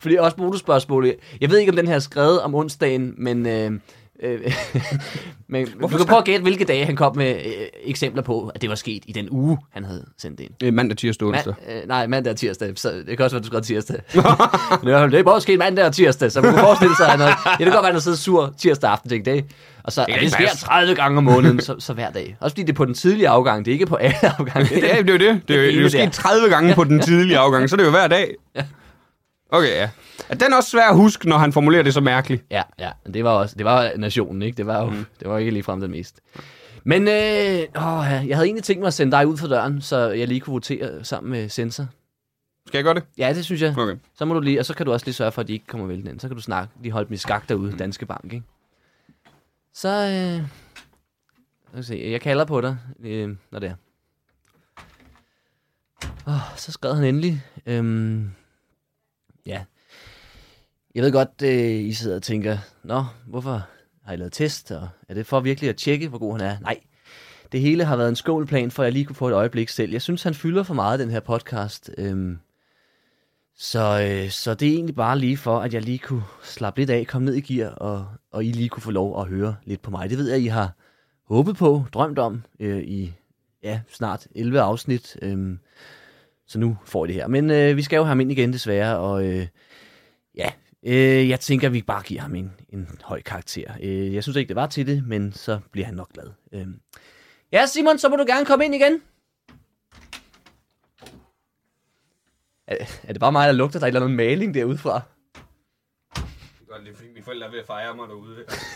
S3: fordi også bonusspørgsmålet. Jeg ved ikke, om den her er skrevet om onsdagen, men øh, Øh, [LAUGHS] men du kan prøve at gætte, hvilke dage han kom med øh, eksempler på, at det var sket i den uge, han havde sendt ind.
S1: Øh, mandag, tirsdag, onsdag.
S3: Man, øh, nej, mandag og tirsdag. Så det kan også være, du skrev tirsdag. [LAUGHS] Men i hvert fald, det er bare sket mandag og tirsdag, så man kunne forestille sig, at
S1: [LAUGHS]
S3: han havde, ja, det kan godt være, at han har siddet sur tirsdag aften, tænkte det. Og så, det,
S1: kan
S3: det
S1: ikke
S3: sker
S1: passe.
S3: 30 gange om
S1: [LAUGHS]
S3: måneden, så, så hver dag. Også fordi det er på den tidlige afgang, det er ikke på alle [LAUGHS] afgange. Det
S1: Ja,
S3: er den-
S1: det er jo det. Det er jo, det er jo
S3: ene der.
S1: sket 30 gange på den tidlige afgang, så det er jo hver dag. Okay, ja. Er den også svær at huske, når han formulerer det så mærkeligt?
S3: Ja, ja, men det var også, det var nationen, ikke? Det var jo, mm. det var ikke ligefrem den mest. Men øh, åh, ja, jeg havde egentlig tænkt mig at sende dig ud for døren, så jeg lige kunne votere sammen med sensor.
S1: Skal jeg gøre det?
S3: Ja, det synes jeg.
S1: Okay.
S3: Så må du lige, og så kan du også lige sørge for, at de ikke kommer væltende ind. Så kan du snakke, lige holde dem i skak derude, Danske Bank, ikke? Så, øh, lad os se, jeg kalder på dig, øh, når det er. Oh, så skrev han endelig, øhm, ja, jeg ved godt, øh, I sidder og tænker, nå, hvorfor har I lavet test, og er det for virkelig at tjekke, hvor god han er? Nej, det hele har været en skålplan, for at jeg lige kunne få et øjeblik selv. Jeg synes, han fylder for meget, den her podcast. Øhm, så, øh, så det er egentlig bare lige for, at jeg lige kunne slappe lidt af, komme ned i gear, og, og I lige kunne få lov at høre lidt på mig. Det ved jeg, I har håbet på, drømt om øh, i ja, snart 11 afsnit. Øh, så nu får I det her. Men øh, vi skal jo have ham ind igen, desværre, og øh, ja, øh, jeg tænker, at vi bare giver ham en, en høj karakter. Øh, jeg synes ikke, det var til det, men så bliver han nok glad. Øh. Ja, Simon, så må du gerne komme ind igen. Er, er det bare mig, der lugter der er et eller andet maling derudefra?
S1: Godt, det er fordi mine forældre er ved at fejre mig derude. Altså,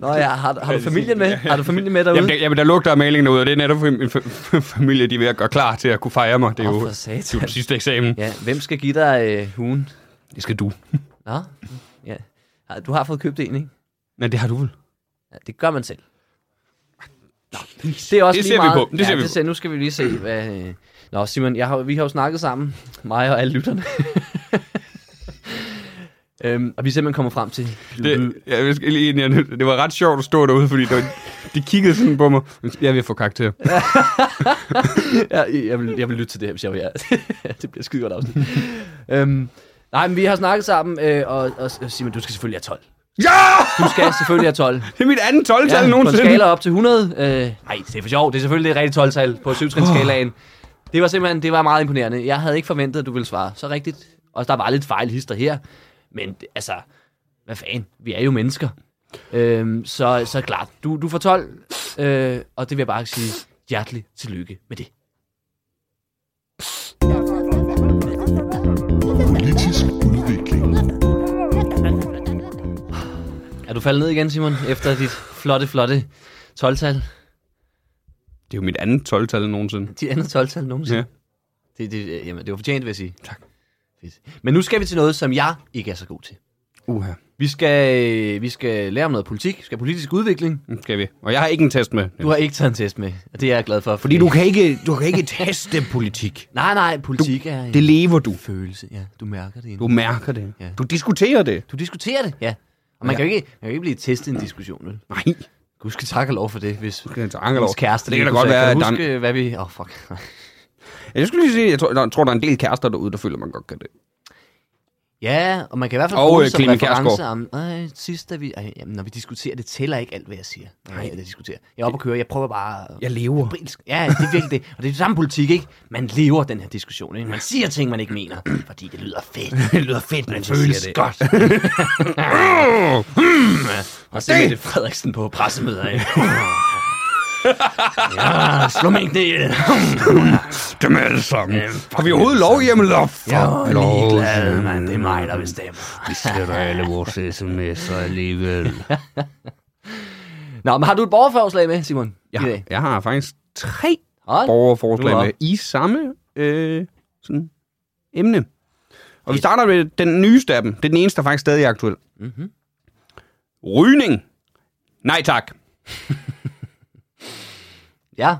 S3: Nå ja, har, har du familien med? Har du familien med derude?
S1: Jamen, der, jamen, der lugter af malingen derude, og det er netop fordi min fa- familie, de er ved at gøre klar til at kunne fejre mig. Det er
S3: Åh,
S1: jo,
S3: for
S1: det er jo
S3: satan.
S1: den sidste eksamen.
S3: Ja, hvem skal give dig øh, hugen?
S1: Det skal du.
S3: Nå, ja. Har- Du har fået købt en, ikke?
S1: Men det har du vel?
S3: Ja, det gør man selv. Nå, det er også
S1: Det
S3: lige
S1: ser vi
S3: meget.
S1: på. Det ser
S3: ja,
S1: vi
S3: det
S1: på.
S3: ser, nu skal vi lige se, hvad... øh, Nå, Simon, jeg har, vi har jo snakket sammen, mig og alle
S1: [LAUGHS]
S3: lytterne. øhm, og vi er simpelthen kommet frem til...
S1: Det, jeg, jeg skal lige, ind, jeg, det var ret sjovt at stå derude, fordi det var, de kiggede sådan på mig. Jeg vil få karakter.
S3: jeg, jeg, vil, jeg vil lytte til det her, hvis jeg var jer. [LAUGHS] det bliver skide
S1: [LAUGHS]
S3: godt afsnit. øhm, nej, men vi har snakket sammen, øh, og, og Simon, du skal selvfølgelig have 12.
S1: Ja!
S3: Du skal selvfølgelig have 12.
S1: Det er mit andet 12-tal ja,
S3: på en
S1: nogensinde.
S3: skala op til 100. Øh, nej, det er for sjov. Det er selvfølgelig det rigtige 12-tal på 7 skalaen Det var simpelthen det var meget imponerende. Jeg havde ikke forventet, at du ville svare så rigtigt. Og der var lidt fejl hister her. Men det- altså, hvad fanden? Vi er jo mennesker. Øhm, så, så klart, du, du får 12. Øh, og det vil jeg bare sige hjerteligt tillykke med det.
S4: Politisk udvikling.
S3: Er du faldet ned igen, Simon, efter dit flotte, flotte
S1: Det
S3: 12-tal?
S1: er jo mit andet 12-tal nogensinde.
S3: Dit andet 12-tal nogensinde?
S1: Ja.
S3: Det, det, øh, jamen, det var fortjent, vil jeg sige. Tak. Fedt. Men nu skal vi til noget, som jeg ikke er så god til.
S1: Uha.
S3: Vi skal, øh, vi skal lære om noget politik. Vi skal have politisk udvikling.
S1: Nu Mm, skal vi. Og jeg har ikke en test med.
S3: Du har ikke taget en test med, og det er jeg glad for.
S1: Fordi du kan ikke, du kan ikke teste politik.
S3: Nej, nej, politik er en
S1: Det lever du.
S3: følelse. Ja, du mærker det.
S1: Du
S3: Du,
S1: mærker det.
S3: Ja.
S1: Du diskuterer det.
S3: du diskuterer det, ja. Og man, ja. kan jo ikke, man kan jo ikke blive testet i en diskussion, vel?
S1: Nej.
S3: Gud skal takke og lov for det, hvis
S1: Det er en
S3: ens kæreste...
S1: det kan da
S3: lige
S1: godt
S3: kunne sige,
S1: være, at
S3: Kan
S1: der
S3: du
S1: er en-
S3: huske, hvad vi... Åh, oh, fuck.
S1: Jeg skulle lige sige, jeg tror, der, tror, der er en del kærester derude, der føler, man godt kan det.
S3: Ja, og man kan i hvert fald
S1: Og,
S3: bruge
S1: øh,
S3: det som
S1: Clement
S3: reference
S1: Kjærsgaard.
S3: om, nej, sidst da vi, ej, jamen, når vi diskuterer, det tæller ikke alt, hvad jeg siger. Nej, det diskuterer. Jeg er oppe at køre, jeg prøver bare... at-
S1: Jeg lever.
S3: Febrilsk. Ja, det er virkelig det. Og det er det samme politik, ikke? Man lever den her diskussion, ikke? Man siger ting, man ikke mener, fordi det lyder fedt. [LAUGHS] det lyder fedt, men det føles det. godt. og så Mette Frederiksen på pressemøder, ikke? [LAUGHS] ja, slå mig ikke ned.
S1: Dem alle sammen. Har vi overhovedet lovhjemmel? Åh, fuck.
S3: Jeg er
S1: lov.
S3: ligeglad, mand. Det er mig, der bestemmer.
S5: Vi sletter alle vores sms'er alligevel.
S3: Nå, men har du et borgerforslag med, Simon?
S1: Jeg,
S3: i
S1: har-
S3: dag?
S1: jeg har faktisk tre
S3: Hold
S1: borgerforslag
S3: Nu op.
S1: med i samme øh, sådan, emne. Og vi starter med den nyeste af dem. Det er den eneste, der faktisk stadig er aktuel. Mm-hmm. Rygning. Nej tak.
S3: Ja.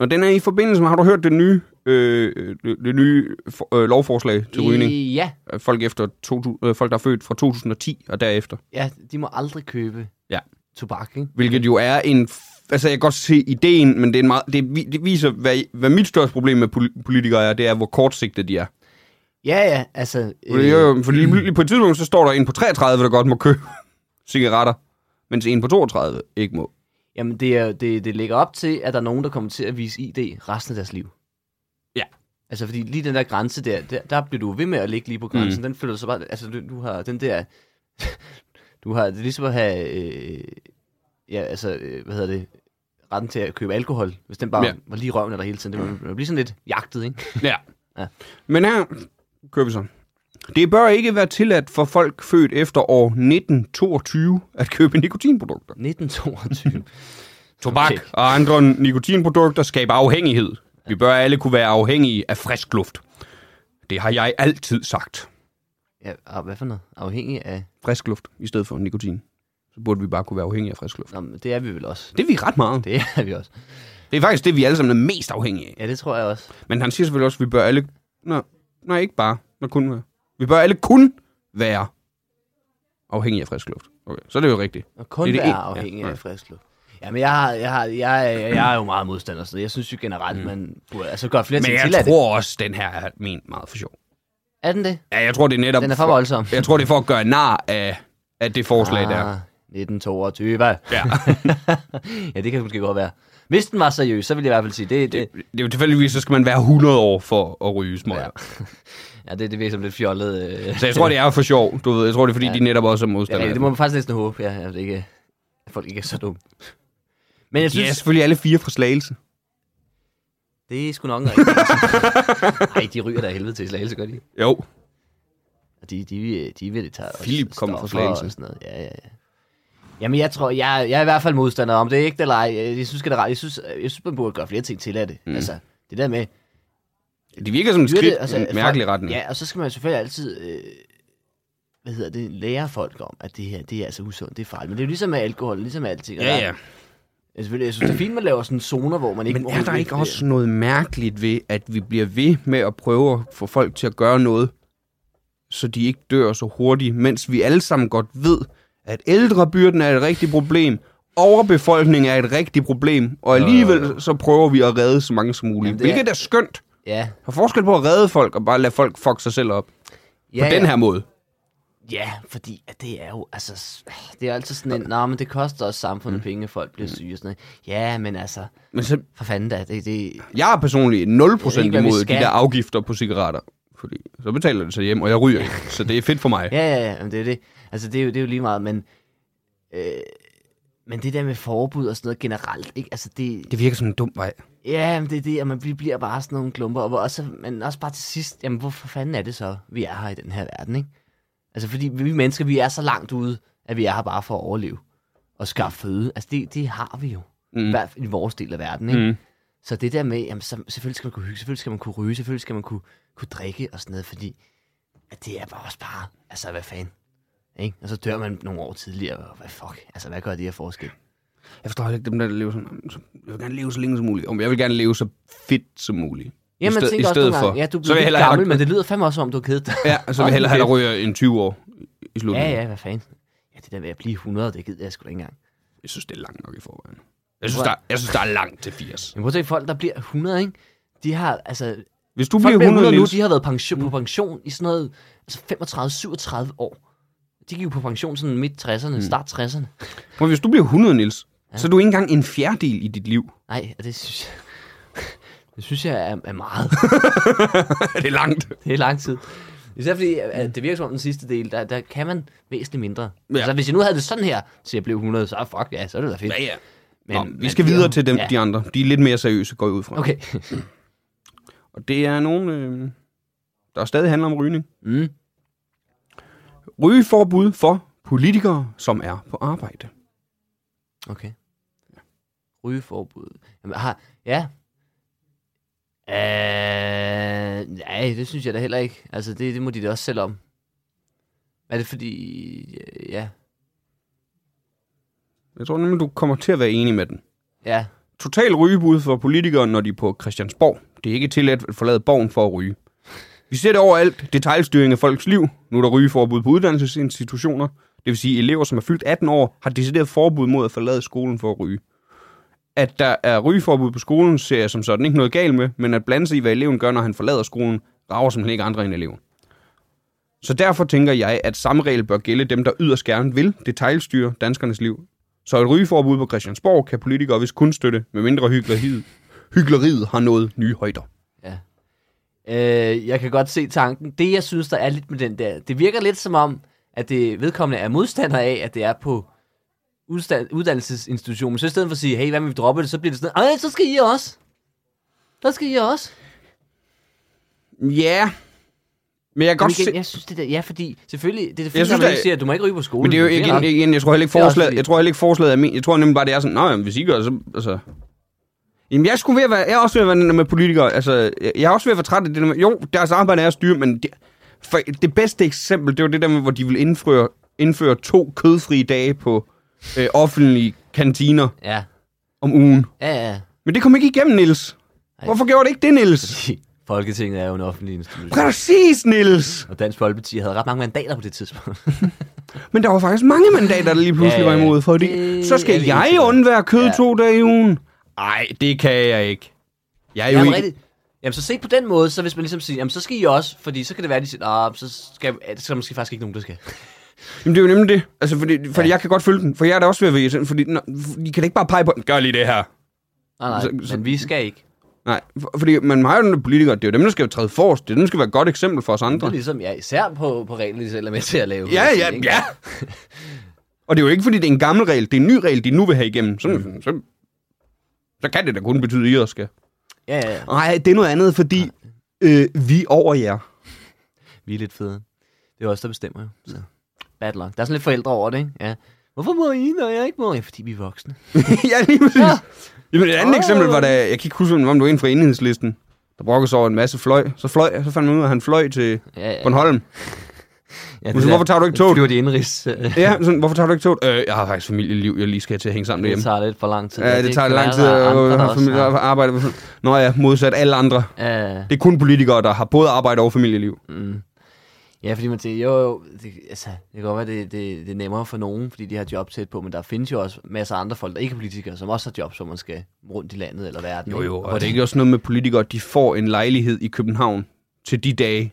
S1: Og den er i forbindelse med, har du hørt det nye, øh, det, det nye for, øh, lovforslag til rygning?
S3: Ja,
S1: Af Folk, efter to, øh, folk, der er født fra 2010 og derefter.
S3: ja, de må aldrig købe
S1: Ja.
S3: tobak, ikke?
S1: Hvilket jo er en... f- Altså, jeg kan godt se ideen, men det, er en meget, det, vi- det viser, hvad, hvad mit største problem med pol- politikere er, det er, hvor kortsigtet de er.
S3: Ja, ja, altså...
S1: Øh, jo, jo, for lige, lige på et tidspunkt, så står der en på 33, der godt må købe [LAUGHS] cigaretter, mens en på 32 ikke må.
S3: Jamen, det, er, det, det ligger op til, at der er nogen, der kommer til at vise ID resten af deres liv.
S1: Ja.
S3: Altså, fordi lige den der grænse der, der, der bliver du ved med at ligge lige på grænsen. Mm. Den føler du så bare... Altså, du, du har den der... [LAUGHS] du har... Det er ligesom at have... Øh, ja, altså, øh, hvad hedder det? Retten til at købe alkohol, hvis den bare
S1: Ja. Mm.
S3: ja. var lige i røven af dig hele tiden. Det ville- ville blive sådan lidt jagtet, ikke?
S1: Ja. ja.
S3: Ja.
S1: Men her kører vi så. Det bør ikke være tilladt for folk født efter år 1922 at købe nikotinprodukter.
S3: 1922.
S1: [LAUGHS] Tobak
S3: Okay.
S1: okay. og andre nikotinprodukter skaber afhængighed. Vi bør alle kunne være afhængige af frisk luft. Det har jeg altid sagt.
S3: ja, og hvad for noget? Afhængig af...
S1: Frisk luft i stedet for nikotin. Så burde vi bare kunne være afhængige af frisk luft.
S3: Nå, men det er vi vel også.
S1: Det er vi ret meget.
S3: Det er vi også.
S1: Det er faktisk det, vi alle sammen er mest afhængige af.
S3: Ja, det tror jeg også.
S1: Men han siger selvfølgelig også, at vi bør alle... Nå, nej, ikke bare. Nå, kun være. Vi bør alle kun være afhængige af frisk luft. Okay, så er det jo rigtigt.
S3: Og kun
S1: Det
S3: det
S1: er
S3: er
S1: det
S3: være
S1: en- ja,
S3: afhængig
S1: nej.
S3: af frisk luft. Jamen, jeg, har, jeg, har, jeg, jeg, jeg er jo meget modstander, så jeg synes jo generelt, mm. man burde, altså gør flere
S1: Men
S3: ting til
S1: jeg
S3: at det.
S1: tror også, den her er ment meget for sjov.
S3: Er den det?
S1: Ja, jeg tror, det er netop...
S3: Den er for voldsom.
S1: Jeg tror, det er for at gøre nar af, af det forslag ah. der.
S3: 1922. Ja.
S1: Ja.
S3: ja, det kan måske godt være. Hvis den var seriøs, så ville jeg i hvert fald sige, det, det,
S1: Det er jo tilfældigvis, så skal man være 100 år for at ryge smøger. Ja.
S3: Ja. ja, det, det virker som lidt fjollet. Øh.
S1: Så jeg tror, det er for sjov. Du ved, jeg tror, det er, fordi ja. de netop også er
S3: ja,
S1: modstandere.
S3: det må man faktisk næsten håbe, ja, at, det ikke, at folk ikke er så dumme. Men jeg
S1: De
S3: synes,
S1: er selvfølgelig alle fire fra Slagelse.
S3: det er sgu nok en rigtig. Nej, de ryger der helvede til i slagelse, gør de ikke?
S1: Jo.
S3: Og de, de, de vil det tage
S1: Philip kom fra Slagelse.
S3: Sådan noget. Ja, ja, ja. Jamen, jeg tror, jeg, jeg er i hvert fald modstander om det er ikke det eller ej. Jeg synes generelt, jeg synes, øh, jeg synes, man burde gøre flere ting til af det. Mm. Altså, det der med...
S1: Det virker som et
S3: dyrte-
S1: skridt altså, i en
S3: folk-
S1: mærkelig retning.
S3: Ja, og så skal man selvfølgelig altid... Øh, hvad hedder det? Lære folk om, at det her, det er altså usundt, det er farligt. Men det er jo ligesom med alkohol, ligesom med alting. og
S1: ja.
S3: der-
S1: ja.
S3: Jeg, selvfølgelig, jeg synes, det er fint, man laver sådan zoner, hvor man ikke...
S1: Men
S3: hvor
S1: er
S3: man
S1: der ikke også noget mærkeligt ved, at vi bliver ved med at prøve at få folk til at gøre noget, så de ikke dør så hurtigt, mens vi alle sammen godt ved, at ældrebyrden er et rigtigt problem, overbefolkning er et rigtigt problem, og alligevel så prøver vi at redde så mange som muligt. Jamen,
S3: Jamen, det er-
S1: hvilket er... er skønt.
S3: Ja,
S1: Der er forskel på at redde folk og bare lade folk fuck sig selv op.
S3: ja,
S1: på
S3: ja.
S1: den her måde.
S3: Ja, fordi at det er jo, altså, s- det er altid sådan en, nej, men det koster også samfundet mm. penge, at folk bliver syge og sådan noget. Ja, men altså,
S1: Men så,
S3: for fanden da, det, det,
S1: jeg er personligt 0%
S3: Jeg ved ikke, hvad vi
S1: imod de
S3: skal.
S1: der afgifter på cigaretter. Fordi så betaler det sig hjem, og jeg ryger ikke. Så det er fedt for
S3: [LAUGHS]
S1: mig.
S3: ja, ja, ja, men det er det. Altså, det er jo, det er jo lige meget, men, øh, men det der med forbud og sådan noget generelt, ikke? Altså, det,
S1: [LAUGHS] Det virker som en dum vej.
S3: ja, men det er det, og man bliver- bliver bare sådan nogle klumper, og hvor også, men også bare til sidst, jamen, hvorfor fanden er det så, vi er her i den her verden, ikke? Altså, fordi vi mennesker, vi er så langt ude, at vi er her bare for at overleve og skaffe føde. Altså, det, det har vi jo. Mm. I hvert fald i vores del af verden, ikke?
S1: Mm.
S3: Mm. Så det der med, jamen, så, selvfølgelig skal man kunne hygge, selvfølgelig skal man kunne ryge, selvfølgelig skal man kunne, kunne drikke og sådan noget, fordi at det er bare også bare, altså hvad fanden, ikke? Og så dør man nogle år tidligere, og hvad fuck, altså hvad gør det her forskel?
S1: Jeg forstår heller ikke dem, der lever sådan, "Så- jeg vil gerne leve så længe som muligt. Om jeg vil gerne leve så fedt som muligt.
S3: Ja, man
S1: sted-
S3: tænker også nogle gange, ja, du
S1: så vil
S3: bliver
S1: jeg
S3: lidt
S1: hellere
S3: gammel,
S1: have,
S3: men det lyder fandme også, som om du har kedet dig.
S1: ja, så vil jeg hellere have, der ryger en 20 år i- i slutningen.
S3: Ja, ja, hvad fanden. Ja, det der med at blive 100, det gider jeg sgu da ikke engang.
S1: Jeg synes, det er langt nok i forvejen. Jeg synes, der, jeg synes, der er langt til 80.
S3: Men prøv at tænke, folk, der bliver 100, ikke? De har, altså,
S1: Hvis du
S3: Folk
S1: bliver 100
S3: nu,
S1: Niels,
S3: de har været pension, på pension i sådan noget altså 35-37 år. De gik jo på pension sådan midt 60'erne, start 60'erne.
S1: Prøv, hvis du bliver 100, Niels, så er du ikke engang en fjerdedel i dit liv. [LAUGHS]
S3: Nej, og det synes jeg, [LAUGHS] det synes jeg er, er meget. [LAUGHS]
S1: det er langt.
S3: Det er lang tid. Især fordi, at det virker som om den sidste del, der, der kan man væsentligt mindre.
S1: Ja.
S3: Mm. Ja. Altså, hvis jeg nu havde det sådan her, til jeg blev 100, så fuck ja, så er det da fedt.
S1: Ja, ja.
S3: Men-
S1: Nå, vi
S3: men-
S1: skal videre til dem,
S3: Ja.
S1: de andre. De er lidt mere seriøse, går jeg ud fra.
S3: Okay. [LAUGHS]
S1: Og det er nogen, øh, der stadig handler om rygning.
S3: Mm.
S1: Rygeforbud for politikere, som er på arbejde.
S3: Okay. Rygeforbud. Jamen, har, ja. Øh, nej, det synes jeg da heller ikke. Altså, det, det må de da også selv om. Er det fordi... Ja.
S1: Jeg tror nemlig, du kommer til at være enig med den.
S3: Ja.
S1: Total rygebud for politikere, når de er på Christiansborg. Det er ikke tilladt at forlade borgen for at ryge. Vi ser det overalt. Detailstyring af folks liv. Nu er der rygeforbud på uddannelsesinstitutioner. Det vil sige, at elever, som er fyldt 18 år, har decideret forbud mod at forlade skolen for at ryge. At der er rygeforbud på skolen, ser jeg som sådan ikke noget galt med, men at blande sig i, hvad eleven gør, når han forlader skolen, rager simpelthen ikke andre end eleven. Så derfor tænker jeg, at samme regel bør gælde dem, der yderst gerne vil detaljstyre danskernes liv. Så et rygeforbud på Christiansborg kan politikere vist kun støtte, med mindre hykleriet, hykleriet har nået nye højder.
S3: Øh, jeg kan godt se tanken. Det, jeg synes, der er lidt med den der, det virker lidt som om, at det vedkommende er modstander af, at det er på udstand, uddannelsesinstitutionen. Så i stedet for at sige, hey, hvad med vi dropper det, så bliver det sådan, nej, så skal I også. Der skal I også.
S1: Ja, men jeg kan
S3: Men
S1: godt se...
S3: igen, jeg synes det der, ja, fordi selvfølgelig, det er
S1: Jeg
S3: det fint, at
S1: synes,
S3: man
S1: der-
S3: ikke siger, at du må ikke ryge på skolen.
S1: Men det er jo
S3: fair nok.
S1: igen, igen jeg tror heller ikke
S3: Det er også
S1: forslaget,
S3: fordi-
S1: jeg tror heller ikke forslaget er min. Jeg tror nemlig bare, det er sådan, nej, hvis I gør, så... Altså, Jamen, jeg, skulle ved at være, jeg er også ved at være den der med politikere. Altså, jeg, jeg er også ved at være træt af det der med, jo, deres arbejde er at styre, men det, for det bedste eksempel, det var det der med, hvor de ville indføre, indføre to kødfrie dage på øh, offentlige kantiner
S3: Ja,
S1: om ugen.
S3: ja, ja.
S1: Men det kom ikke igennem, Nils. Hvorfor gjorde det ikke det, Nils?
S3: [LAUGHS] Folketinget er jo en offentlig institution.
S1: Præcis, Nils!
S3: Og Dansk Folkeparti havde ret mange mandater på det tidspunkt.
S1: Men der var faktisk mange mandater, der lige pludselig
S3: Ja,
S1: var imod, fordi
S3: det
S1: så
S3: er
S1: skal
S3: vi
S1: jeg
S3: enige om.
S1: undvære kød
S3: Ja.
S1: to dage i ugen. Nej, det kan jeg ikke. Jeg er jo
S3: Jamen,
S1: ikke...
S3: rigtigt. Jamen, så set på den måde, så hvis man ligesom siger, jamen, så skal I også, fordi så kan det være, at de siger, "Ah, så skal, ja, det skal der måske faktisk ikke nogen, der skal.
S1: Jamen, det er jo nemlig det. Altså, fordi, fordi jeg kan godt følge den, for jeg er da også ved at være irriterende, fordi nå, I kan da ikke bare pege på den. Gør lige det her.
S3: Nej, nej,
S1: Så- så-
S3: så, men vi skal ikke.
S1: Nej, for- fordi man har jo nogle politikere, det er jo dem, der skal træde forrest. Det er dem, der skal være et godt eksempel for os
S3: Det er
S1: andre.
S3: ligesom, ja, især på, på reglen, de selv er med til at lave.
S1: Ja,
S3: hele
S1: ja,
S3: tiden, ikke?
S1: ja. [LAUGHS] Og det er jo ikke, fordi det er en gammel regel. Det er en ny regel, de nu vil have igennem. Sådan, Mm. så, så kan det da kun betyde, at I også skal.
S3: Ja, ja, ja.
S1: Nej, det er noget andet, fordi øh, vi er over jer.
S3: Vi er lidt fede. Det er også der bestemmer jo. Så. Bad luck. Der er sådan lidt forældre over det, ikke? Ja. Hvorfor må I, når jeg ikke må? Ja, fordi vi er voksne.
S1: [LAUGHS] ja, lige præcis. Ja.
S3: Ja.
S1: Jamen, et andet
S3: Åh.
S1: eksempel var da, jeg kan ikke huske, om det var en fra enhedslisten, der brokkede sig over en masse fløj. Så, fløj, så fandt man ud af, at han fløj til
S3: Ja,
S1: [LAUGHS]
S3: ja.
S1: Bornholm.
S3: Ja,
S1: Men så hvorfor tager du ikke toget?
S3: Det var de indrigs. øh,
S1: Ja, sådan, hvorfor tager du ikke toget? Øh, jeg har faktisk familieliv, jeg lige skal have til at hænge sammen
S3: Det
S1: derhjemme.
S3: tager lidt for lang tid.
S1: Ja, det, tager
S3: kan
S1: lang
S3: være,
S1: tid
S3: der er
S1: at
S3: andre, der
S1: have
S3: også
S1: familie
S3: har-
S1: og arbejde. Nå ja, modsat alle andre.
S3: Ja,
S1: Det er kun politikere, der har både arbejde og familieliv.
S3: ja, fordi man tænker, jo, jo, det, altså, det kan godt være, det, det, det er nemmere for nogen, fordi de har job tæt på, men der findes jo også masser af andre folk, der ikke er politikere, som også har job, som man skal rundt i landet eller verden. ikke?
S1: Og er det ikke også noget med politikere, de får en lejlighed i København til de dage,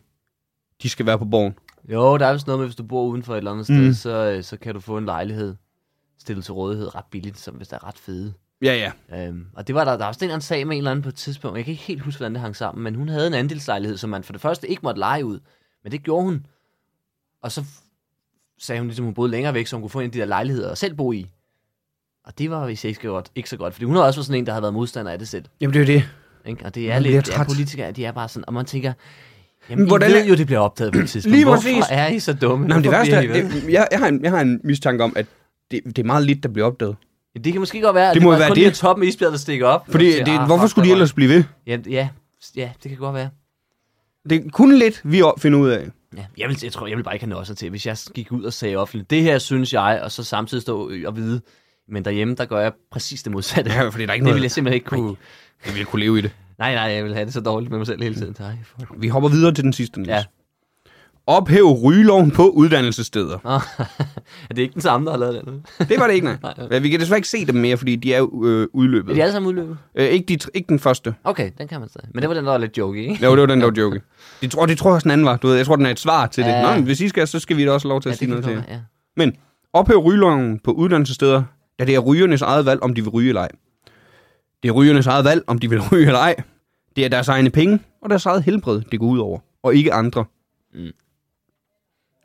S1: de skal være på borgen?
S3: Jo, der er vist noget med, hvis du bor uden for et eller andet
S1: Mm.
S3: sted, så, øh, så kan du få en lejlighed stillet til rådighed ret billigt, som hvis der er ret fede.
S1: Ja, ja.
S3: Øhm, og det var der, der var også en eller anden sag med en eller anden på et tidspunkt, jeg kan ikke helt huske, hvordan det hang sammen, men hun havde en andelslejlighed, som man for det første ikke måtte lege ud, men det gjorde hun. Og så f- sagde hun ligesom, hun boede længere væk, så hun kunne få en af de der lejligheder og selv bo i. Og det var vist ikke så godt, ikke så godt fordi hun havde også været sådan en, der havde været modstander af det selv.
S1: Jamen, det er jo det.
S3: Ikke? Og det er
S1: Man bliver
S3: lidt, ja,
S1: træt.
S3: politikere, de er bare sådan, og man tænker,
S1: Men
S3: jamen,
S1: hvordan
S3: I ved
S1: er-
S3: jo, det bliver opdaget på et tidspunkt.
S1: Lige
S3: Hvorfor
S1: præcis.
S3: er I så dumme?
S1: Nå, men det værste
S3: Hvorfor bliver
S1: er,
S3: I ved?
S1: det, jeg, jeg, har en, jeg har en mistanke om, at det, det er meget lidt, der bliver opdaget.
S3: Det kan måske godt være, at
S1: Det
S3: det,
S1: må
S3: det var
S1: være
S3: kun
S1: det.
S3: det. toppen af isbjerget, der stikker op.
S1: Fordi
S3: Og
S1: det,
S3: siger, "Ah,
S1: hvorfor
S3: fuck,
S1: skulle de
S3: der var-
S1: ellers blive ved?
S3: Ja, ja, ja, det kan godt være.
S1: Det er kun lidt, vi op- finder ud af.
S3: Ja, jeg, vil, jeg tror, jeg vil bare ikke have noget til, hvis jeg gik ud og sagde offentligt, det her synes jeg, og så samtidig stå øh, og vide, men derhjemme, der gør jeg præcis det modsatte.
S1: Ja, fordi der er ikke
S3: det
S1: noget,
S3: ville jeg simpelthen ikke kunne...
S1: jeg ville kunne leve i det.
S3: Nej, nej, jeg vil have det så dårligt med mig selv hele
S1: Mm.
S3: tiden. Nej, fuck.
S1: Vi hopper videre til den sidste, Niels. Ja.
S3: Ja.
S1: Ophæv rygeloven på uddannelsessteder.
S3: Nå, [LAUGHS] er det ikke den samme, der har lavet det?
S1: Det var det
S3: [LAUGHS]
S1: ikke, nej. Ja, Vi kan desværre ikke se dem mere, fordi de er jo, øh, udløbet.
S3: Er de alle sammen udløbet?
S1: Øh, ikke, de, tr- ikke den første.
S3: Okay, den kan man stadig. Men det var den, der var lidt joke, ikke?
S1: Jo, det var den, der var joke. De tror, de tror også, den anden var. Du ved, jeg tror, den er et svar til det.
S3: Ja.
S1: Nå, men hvis I skal, så skal vi da også have lov til at
S3: det
S1: sige noget
S3: kan
S1: til jer.
S3: godt være, ja.
S1: Men ophæv rygeloven på uddannelsessteder, da det er rygernes eget valg, om de vil ryge eller ej. Det er rygernes eget valg, om de vil [LAUGHS] ryge eller ej. Det er deres egne penge og deres eget helbred, det går ud over, og ikke andre.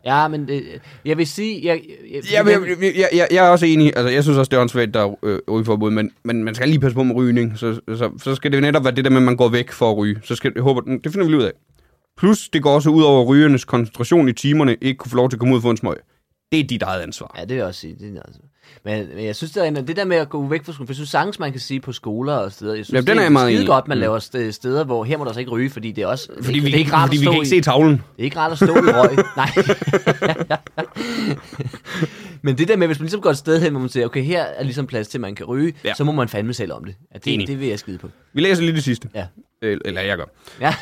S3: Ja, men det, jeg vil sige... Jeg, jeg,
S1: Jeg, jeg, jeg, jeg, jeg er også enig. Altså, jeg synes også, det er åndssvagt, der er øh, rygeforbud, men, men man skal lige passe på med rygning. Så, så, så skal det netop være det der med, at man går væk for at ryge. Så skal, jeg håber, det finder vi lige ud af. Plus, det går også ud over rygernes koncentration i timerne, ikke kunne få lov til at komme ud og få en smøg. Det er dit eget ansvar.
S3: Ja, det vil jeg også sige. Det er, altså. men, men jeg synes, det, er, det der med at gå væk fra skolen, for jeg synes sagtens, man kan sige på skoler og steder, jeg synes,
S1: Ja, den er
S3: det
S1: jeg meget
S3: skide
S1: enig i.
S3: godt, man
S1: Mm.
S3: laver st- steder, hvor her må der så ikke ryge, fordi det er også...
S1: Fordi
S3: det,
S1: vi,
S3: det er ikke rart
S1: fordi
S3: at
S1: vi
S3: stå
S1: kan ikke
S3: i,
S1: se tavlen.
S3: Det er ikke rart at stå i røg. [LAUGHS] Nej. men det der med, hvis man ligesom går et sted hen, hvor man siger, okay, her er ligesom plads til, at man kan ryge,
S1: Ja.
S3: ja. så må man fandme selv om det. At
S1: Enig.
S3: det, det vil jeg skide på.
S1: Vi læser lige det sidste.
S3: Ja.
S1: Eller, eller jeg gør. [LAUGHS]
S3: Ja,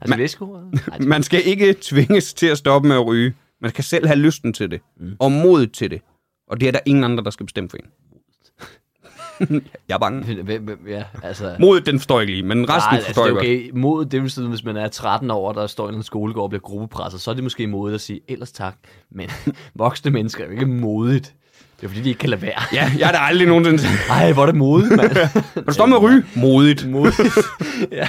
S3: altså væsko? Nej, det-
S1: Man skal ikke tvinges til at stoppe med at ryge. Man skal selv have lysten til det. Mm. Og mod til det. Og det er der ingen andre, der skal bestemme for en. [LAUGHS] Jeg er bange.
S3: Hvem- hvem- [LAUGHS] Ja, altså...
S1: Modet, den forstår jeg ikke lige, men resten
S3: Nej, altså,
S1: Ej, forstår
S3: det er
S1: jeg godt.
S3: okay. Mod det vil sige, hvis man er 13 år, der står i en eller anden skolegård og bliver gruppepresset, så er det måske modigt at sige, ellers tak. Men [LAUGHS] voksne mennesker er jo ikke modigt. Det er fordi, de ikke kan
S1: [LAUGHS]
S3: lade være.
S1: Ja, jeg har da aldrig
S3: [LAUGHS]
S1: nogensinde...
S3: Ej, hvor er det modigt, [LAUGHS] mand.
S1: Når du står med at ryge, modigt.
S3: modigt.
S1: [LAUGHS]
S3: ja.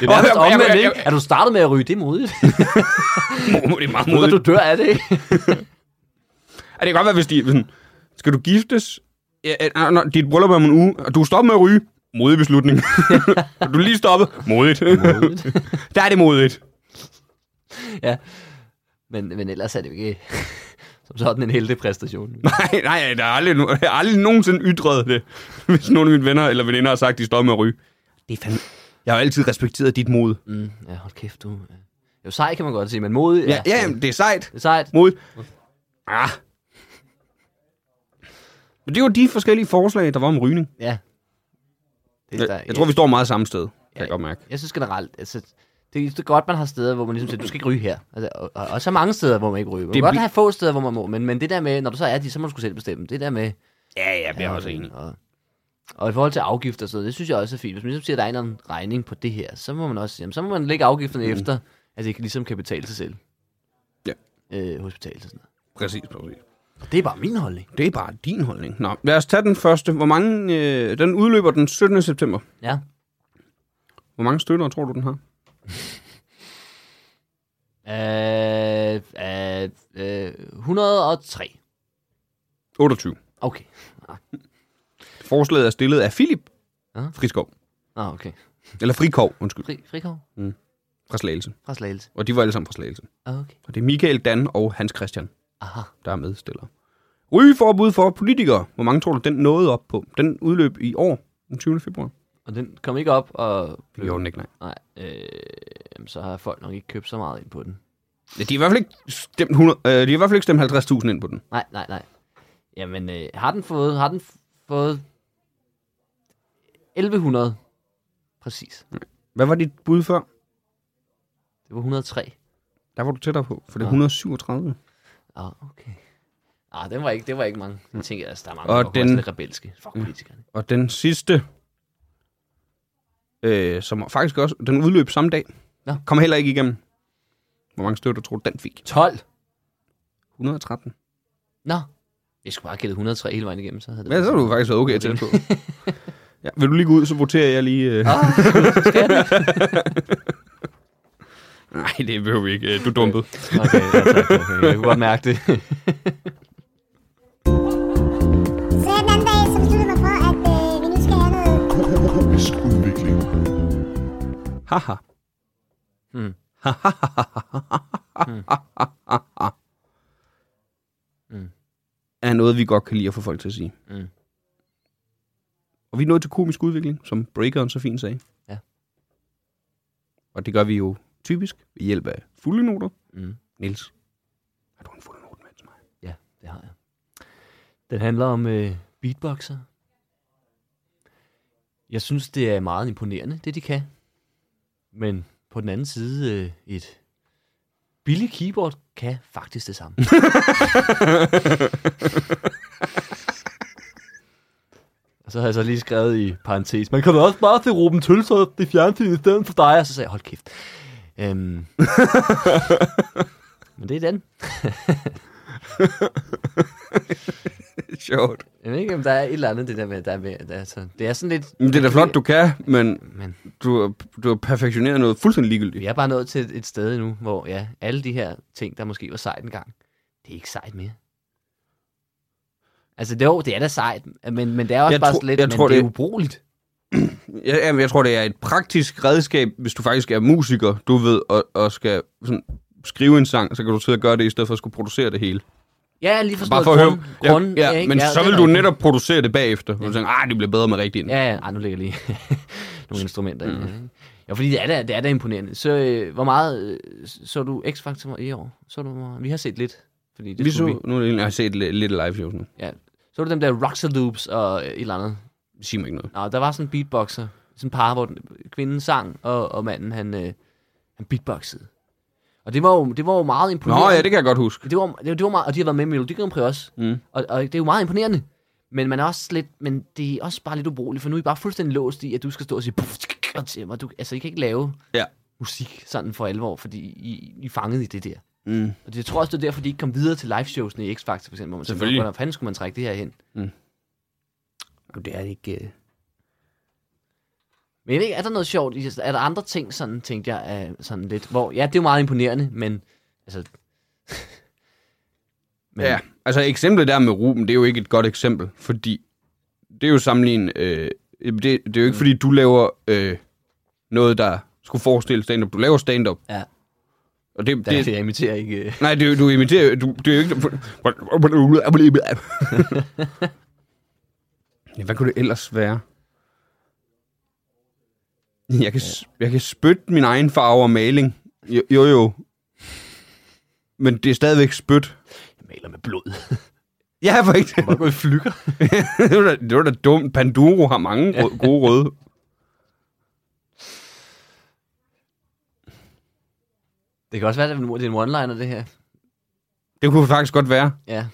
S3: Det
S1: Åh,
S3: er
S1: jeg-
S3: nærmest
S1: jeg-
S3: omvendt,
S1: jeg-
S3: ikke? Er du startet med at ryge? Det er
S1: [LAUGHS]
S3: modigt.
S1: Mo- Det er meget
S3: Når
S1: modigt.
S3: du dør af det, ikke?
S1: Ja, det kan godt være, hvis de... er Sådan, skal du giftes? Ja, ja, når dit bryllup er om en uge, og du stopper med at ryge. Modig
S3: [LAUGHS]
S1: beslutning. [LAUGHS] Og du er lige stoppet. [LAUGHS] Modigt.
S3: Modigt.
S1: [LAUGHS] Der er det modigt.
S3: [LAUGHS] Men, men ellers er det jo ikke [LAUGHS] som sådan en heltepræstation.
S1: Nej, nej, der er aldrig, no- jeg har aldrig nogensinde ytret det, [LAUGHS] hvis nogen af mine venner eller veninder har sagt, de stopper med at ryge. Det er fandme... Jeg har jo altid respekteret dit mod.
S3: Mm, ja, hold kæft, du. Ja. Jo, sej kan man godt sige, men modig.
S1: Ja, ja, jamen, det er sejt.
S3: Det er sejt.
S1: Mod. Ah. Men det var de forskellige forslag, der var om rygning.
S3: Ja. Det er
S1: Jeg,
S3: stærkt.
S1: jeg tror, vi står meget samme sted, kan
S3: Ja.
S1: jeg godt mærke.
S3: Jeg synes generelt, altså, det er det er godt, man har steder, hvor man ligesom siger, du skal ikke ryge her. Altså, og, og, og, så mange steder, hvor man ikke ryger. Man
S1: Det
S3: kan godt
S1: bli-
S3: have få steder, hvor man må, men, men det der med, når du så er de, så må du sgu selv bestemme. Det der med...
S1: Ja, ja, jeg er også enig.
S3: Og, og i forhold til afgifter og sådan noget, det synes jeg også er fint. Hvis man ligesom siger, at der er en eller anden regning på det her, så må man også jamen, så må man lægge afgifterne mm. efter, at det ligesom kan betale sig selv.
S1: Ja.
S3: Øh, hospitalet og sådan noget.
S1: Præcis, præcis.
S3: Og det er bare min holdning.
S1: Det er bare din holdning. Nå, lad os tage den første. Hvor mange... Øh, den udløber den 17. september.
S3: Ja.
S1: Hvor mange støtter tror du, den har?
S3: Øh, øh, øh, 103.
S1: 28.
S3: Okay.
S1: Forslaget er stillet af Philip
S3: Ja.
S1: Friskov.
S3: Ah, okay.
S1: Eller Frikov, undskyld.
S3: Fri, frikov
S1: Fra Slagelse.
S3: fra Slagelse.
S1: Og de var alle sammen fra Slagelse.
S3: Okay.
S1: Og det er Michael Dan og Hans Christian,
S3: Aha.
S1: der er medstillere. Rygeforbud for politikere. Hvor mange tror du, den nåede op på? Den udløb i år, den 20. februar.
S3: Og den kom ikke op og...
S1: Det gjorde den ikke, nej.
S3: Nej, øh, jamen, så har folk nok ikke købt så meget ind på den.
S1: Ja, de har i hvert fald ikke stemt, 100, øh, de har i hvert fald ikke stemt 50.000 ind på den.
S3: Nej, nej, nej. Jamen, øh, har den fået... Har den f- fået... 1100. Præcis.
S1: Hvad var dit bud før?
S3: Det var 103.
S1: Der var du tættere på, for det er
S3: Ja.
S1: 137.
S3: Ah, okay. Ah, den var ikke, det var ikke mange. Jeg tænker, altså, der er mange,
S1: Og
S3: der den...
S1: den-
S3: sådan lidt rebelske. Fuck politikerne.
S1: Og den sidste, øh, som faktisk også, den udløb samme dag,
S3: Nå.
S1: kom heller ikke igennem. Hvor mange støtter tror du, den fik?
S3: 12!
S1: 113.
S3: Nå. Jeg skulle bare have gættet 103 hele vejen igennem, så havde det...
S1: Ja, så har du faktisk været okay
S3: [LAUGHS]
S1: til på. Ja, vil du lige gå ud, så voterer jeg lige... Øh...
S3: Ah,
S1: [LAUGHS] Nej, det behøver vi ikke. Øh, Du dumpede.
S3: okay, ja, tak, tak, okay. Jeg kunne godt mærke det.
S2: Sagde den anden dag, så besluttede jeg mig for, at øh, vi nu skal have noget
S4: Økonomisk udvikling.
S1: Haha.
S3: Mm. Mm.
S1: er noget, vi godt kan lide at få folk til at sige.
S3: Mm.
S1: Og vi er nået til komisk udvikling, som Breakeren så fint sagde.
S3: Ja.
S1: Og det gør vi jo typisk ved hjælp af fulde noter.
S3: Mm.
S1: Niels, har du en fuld note med
S3: [LAUGHS]
S1: til mig?
S3: Ja, det har jeg. Den handler om øh, beatboxer. Jeg synes, det er meget imponerende, det de kan. Men på den anden side, øh, et billigt keyboard kan faktisk det samme. Og så har jeg så lige skrevet i parentes, man kan da også bare se Ruben Tølsød i fjernsynet i stedet for dig. Og så sagde jeg, hold kæft. Øhm. Men det er den.
S1: Sjovt.
S3: Jeg ved ikke, om der er et eller andet, det der med, der er med der, er så, det er sådan lidt...
S1: Men det er da flot, du kan, men
S3: Men
S1: du, har- du har perfektioneret noget fuldstændig ligegyldigt.
S3: vi er bare nået til et, et sted nu, hvor ja, alle de her ting, der måske var sejt engang, det er ikke sejt mere. Altså, det, jo, det er da sejt, men, men det er også
S1: Jeg
S3: bare
S1: tror-
S3: sådan lidt,
S1: jeg
S3: men
S1: tror,
S3: det er
S1: det-
S3: ubrugeligt.
S1: Ja, ja, men jeg tror, det er et praktisk redskab, hvis du faktisk er musiker, du ved, og, og skal sådan, skrive en sang, så kan du sidde og gøre det, i stedet for at skulle producere det hele.
S3: Ja, lige forstået.
S1: Bare for at høre.
S3: grund,
S1: ja, ja,
S3: ikke?
S1: men
S3: Ja,
S1: så
S3: det
S1: vil
S3: er
S1: du
S3: rigtigt.
S1: netop producere det bagefter. Ja. Du tænker, ah, det bliver bedre med rigtig ind. Ja.
S3: Ja, ja, Ej, nu ligger lige [LAUGHS] nogle instrumenter mm. i.
S1: Mm-hmm.
S3: det, ikke? Ja, fordi det er da, det er da imponerende. Så øh, hvor meget øh, så du X-Factor i år? Så du, hvor- vi har set lidt. Fordi det
S1: Vi
S3: skulle
S1: så, nu er det egentlig- jeg har set lidt, lidt live shows nu.
S3: Ja. Så du dem der Roxaloops og øh, et eller andet?
S1: Det siger mig ikke noget.
S3: Nå, der var sådan en beatboxer. Sådan en par, hvor den, kvinden sang, og, og manden, han, øh, han beatboxede. Og det var jo, det var jo meget
S1: Nå
S3: imponerende.
S1: ja, det kan jeg godt huske.
S3: Det var, det, var, det var meget, og de har været med i Melodi Grand Prix også.
S1: Mm.
S3: Og, og det er jo meget imponerende. Men man er også lidt, men det er også bare lidt ubrugeligt, for nu er I bare fuldstændig låst i, at du skal stå og sige puff, tsk, tsk, og til mig. Du, altså, I kan ikke lave
S1: Ja.
S3: musik sådan for alvor, fordi I, I er fanget i det der.
S1: Mm.
S3: Og det, jeg tror også, det er derfor, de ikke kom videre til liveshowsene i X-Factor, for eksempel, hvor man tænker,
S1: Selvfølgelig.
S3: hvordan fanden skulle man trække det her hen?
S1: Jamen, det er det ikke... øh.
S3: Men ikke, er der noget sjovt? i- Er der andre ting, sådan tænkte jeg, er sådan lidt, hvor, ja, det er jo meget imponerende, men altså... men,
S1: Ja, altså eksemplet der med Ruben, det er jo ikke et godt eksempel, fordi det er jo sammenlignet... Øh, jamen, det, det er
S3: Mm.
S1: jo ikke, fordi du laver øh, noget, der skulle forestille stand-up. Du laver stand-up.
S3: Ja.
S1: Og det,
S3: Der, det,
S1: det,
S3: jeg imiterer ikke... øh,
S1: Nej, det, er jo- du imiterer jo- du, det er jo ikke... ja, hvad kunne det ellers være? Jeg kan, s- jeg kan spytte min egen farve og maling. Jo, jo. jo. Men det er stadigvæk spyt.
S3: Jeg maler med blod.
S1: Ja, for ikke
S3: Bare gå i flykker.
S1: [LAUGHS] det, var da, det var da dumt. Panduro har mange rød, gode røde.
S3: [LAUGHS] Det kan også være, at det er en one-liner, det her.
S1: Det kunne faktisk godt være.
S3: Ja.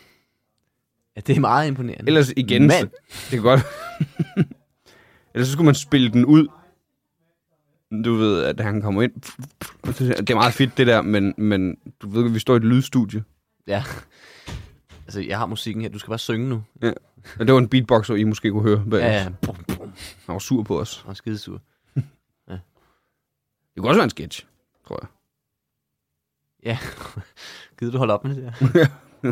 S3: ja det er meget imponerende.
S1: Ellers igen,
S3: Mand.
S1: så- det kan godt [LAUGHS] Ellers så skulle man spille den ud. Du ved, at han kommer ind. Det er meget fedt, det der, men, men du ved, at vi står i et lydstudie.
S3: Ja. Altså, jeg har musikken her. Du skal bare synge nu.
S1: Og det var en beatboxer, I måske kunne høre.
S3: Ja,
S1: Ja,
S3: ja. Bum, bum.
S1: Han var sur på os.
S3: Og skidesur.
S1: Det kunne også være en sketch, tror jeg. [LAUGHS]
S3: Ja. [LAUGHS] Gider du holde op med [LAUGHS] det der?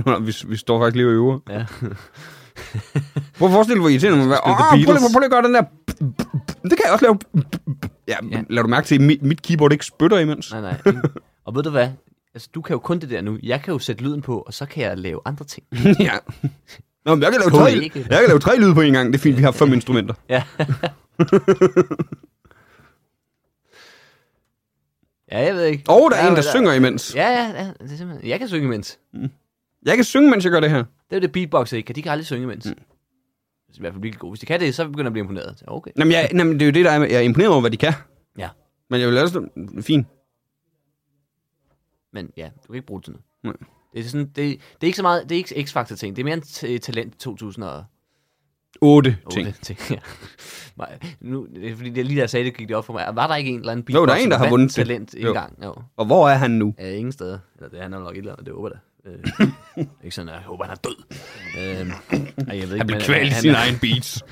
S1: Nå, vi, vi står faktisk lige og øver.
S3: Ja.
S1: Prøv at forestille dig, hvor irriterende man vil være.
S3: Spille The
S1: Åh, prøv,
S3: Beatles."
S1: lige- prøv lige at gøre den der... Det kan jeg også lave. Ja,
S3: Ja.
S1: ja. lad du mærke til, at mit, mit keyboard ikke spytter imens.
S3: Nej, nej. ikke? Og ved du hvad? Altså, du kan jo kun det der nu. Jeg kan jo sætte lyden på, og så kan jeg lave andre ting.
S1: [LAUGHS] ja. Nå, men jeg kan, lave
S3: Kunne
S1: tre,
S3: I ikke?
S1: jeg kan lave tre lyde på en gang. Det er fint, vi har fem instrumenter.
S3: Ja. ja, jeg ved ikke.
S1: Og der er
S3: Ja,
S1: en, der
S3: men
S1: synger imens.
S3: Ja, ja, ja. Det er simpelthen... Jeg kan synge imens.
S1: Jeg kan synge, mens jeg gør det her.
S3: Det er jo det, beatboxer ikke kan. De kan aldrig synge imens. Mm. I hvert fald virkelig gode. Hvis de kan det, så begynder jeg at blive imponeret. Så, Okay.
S1: Jamen, jeg, jamen, det er jo det, der er, med- jeg er imponeret over, hvad de kan.
S3: Ja.
S1: Men jeg vil også... Fint.
S3: Men ja, du kan ikke bruge det til noget.
S1: Nej.
S3: Det er, sådan, det, det er ikke så meget, det er ikke X-Factor ting, det er mere en t- talent 2008
S1: Otte ting.
S3: ting. Ja. [LAUGHS] Nej, nu, det er fordi det er lige da jeg sagde det, gik det op for mig. Var der ikke en eller anden
S1: Jo, der er en, der har
S3: vandt
S1: vundet det.
S3: talent det.
S1: Jo.
S3: engang? Jo.
S1: Og hvor er han nu?
S3: Ja, ingen steder. Eller det er han nok et eller andet, det håber jeg da.
S1: [LAUGHS]
S3: Øh, ikke sådan, at jeg håber, han er død. Øhm, ej, jeg ved ikke,
S1: Han blev
S3: men,
S1: kvalt i
S3: han
S1: sin
S3: er-
S1: egen beats.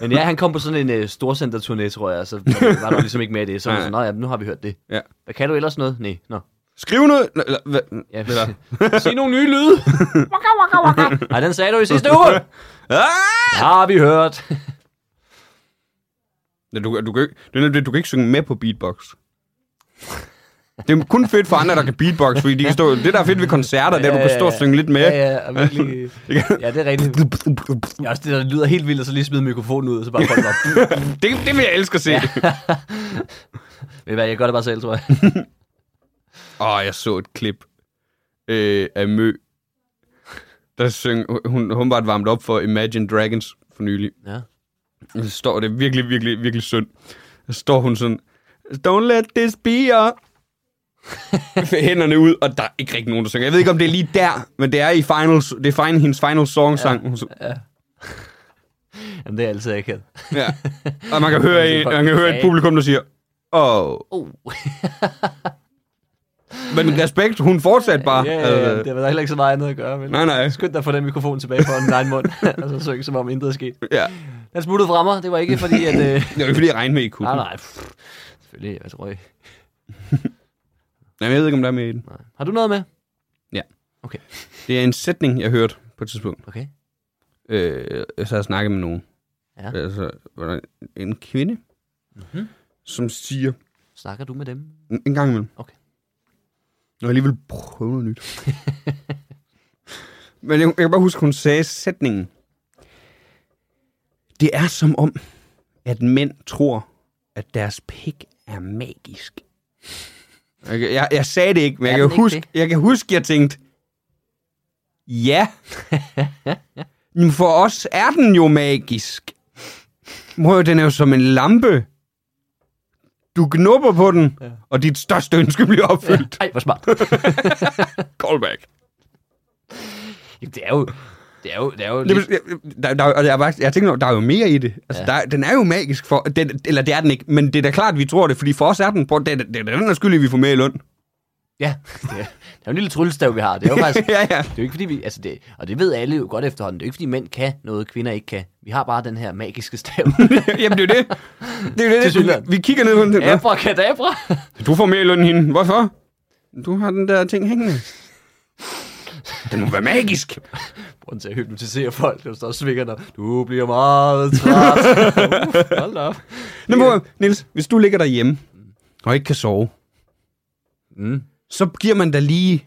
S3: Men ja, han kom på sådan en øh, storcenter-turné, tror jeg, og så var der ligesom ikke med i det. Så
S1: [LAUGHS]
S3: var
S1: Nej.
S3: jeg sådan, "Nå ja, nu har vi hørt det.
S1: Ja.
S3: Hvad kan du ellers noget? Nej, nå.
S1: Skriv noget... Eller, hvad,
S3: Ja.
S1: eller.
S3: [LAUGHS] Sig nogle nye lyde. Nej, den sagde du i sidste uge.
S1: [LAUGHS] Ah!
S3: Har vi hørt.
S1: Ja, Du, du, kan ikke, det er nemlig det, du kan ikke synge med på beatbox. Det er kun fedt for andre, der kan beatbox, fordi de kan stå, det, der er fedt ved koncerter, det er, at du kan stå og synge lidt med.
S3: Ja, ja, og virkelig.
S1: [LAUGHS]
S3: ja, det er rigtigt. Ja, også det, der lyder helt vildt, og så lige smide mikrofonen ud, og så bare folk
S1: [LAUGHS]
S3: bare...
S1: Det, det vil jeg elske at se. Åh,
S3: Ved I hvad, jeg gør det bare selv, tror jeg.
S1: oh, jeg så et klip øh, af Mø, der syng, hun, hun var varmt op for Imagine Dragons for nylig.
S3: Ja.
S1: Og Så står det er virkelig, virkelig, virkelig synd. Så står hun sådan, don't let this be a... med [LAUGHS] hænderne ud, og der er ikke rigtig nogen, der synger. Jeg ved ikke, om det er lige der, men det er i finals, det er fin, hendes final song sang. Ja.
S3: Jamen, det er altid akavet.
S1: ja. Og man kan høre, en, man kan høre et publikum, der siger, åh. Oh.
S3: Oh. [LAUGHS]
S1: Men respekt, hun fortsat bare.
S3: Ja, ja, ja,
S1: øh,
S3: det var der heller ikke så meget andet at gøre, vel?
S1: Nej, nej.
S3: Skynd dig at få den mikrofon tilbage på den egen mund, [LAUGHS] og så syng, som om intet er sket.
S1: Ja.
S3: Den smuttede fra mig, det var ikke fordi, at... Øh...
S1: [LAUGHS] Det var ikke, fordi jeg regnede med, I kunne.
S3: Nej,
S1: Nej, nej.
S3: nej. Pff. Selvfølgelig, jeg tror ikke.
S1: Jamen, jeg ved ikke, om der er med i den.
S3: Nej. Har du noget med?
S1: Det er en sætning, jeg hørte på et tidspunkt.
S3: Okay.
S1: Øh, jeg sad og snakkede med nogen.
S3: Ja. Mhm.
S1: Altså, var der en kvinde, mm-hmm. som siger,
S3: Snakker du med dem?
S1: En en gang imellem.
S3: Okay.
S1: Når jeg alligevel prøve noget nyt. [LAUGHS] Men jeg, jeg kan bare huske, hun sagde sætningen. Det er som om, at mænd tror, at deres pik er magisk. Okay, jeg, jeg sagde det ikke, men
S3: Er
S1: jeg
S3: den
S1: kan,
S3: ikke
S1: huske,
S3: det?
S1: jeg kan huske, jeg tænkte, ja, Men for os er den jo magisk. Mor, den er jo som en lampe. Du knupper på den, ja. og dit største ønske bliver opfyldt.
S3: Ej, hvor smart.
S1: Callback.
S3: Jamen, det er jo... Det er jo, det er jo
S1: Det,
S3: lidt...
S1: der, der, der, og jeg, har faktisk- jeg tænker, over, der er jo mere i det. Altså,
S3: Ja.
S1: ja. der, den er jo magisk for... Den, eller det er den ikke, men det er da klart, vi tror det, fordi for os er den... Prøv, det, er- det, er da den der skyld, i, at vi får mere i løn. [LAUGHS]
S3: Ja, det er, det er jo en lille tryllestav, vi har. Det
S1: [LAUGHS]
S3: er jo faktisk...
S1: ja, ja.
S3: Det er jo ikke fordi vi, altså det, og det ved alle jo godt efterhånden, det er jo ikke fordi mænd kan noget, kvinder ikke kan. Vi har bare den her magiske stav.
S1: Jamen, det er jo det. Det er jo det.
S3: Tilsyneladende.
S1: Vi, vi kigger ned på den. [LAUGHS] Ja.
S3: Abrakadabra!
S1: Du får mere i løn end hende. Hvorfor? Du har den der ting hængende. Den må være magisk.
S3: Grunden til at hypnotisere folk, der står og svinger dig. Du bliver
S1: [LAUGHS]
S3: meget træt. Uf, hold da op.
S1: Nå, yeah. Niels, hvis du ligger derhjemme og ikke kan sove,
S3: Mm.
S1: så giver man da lige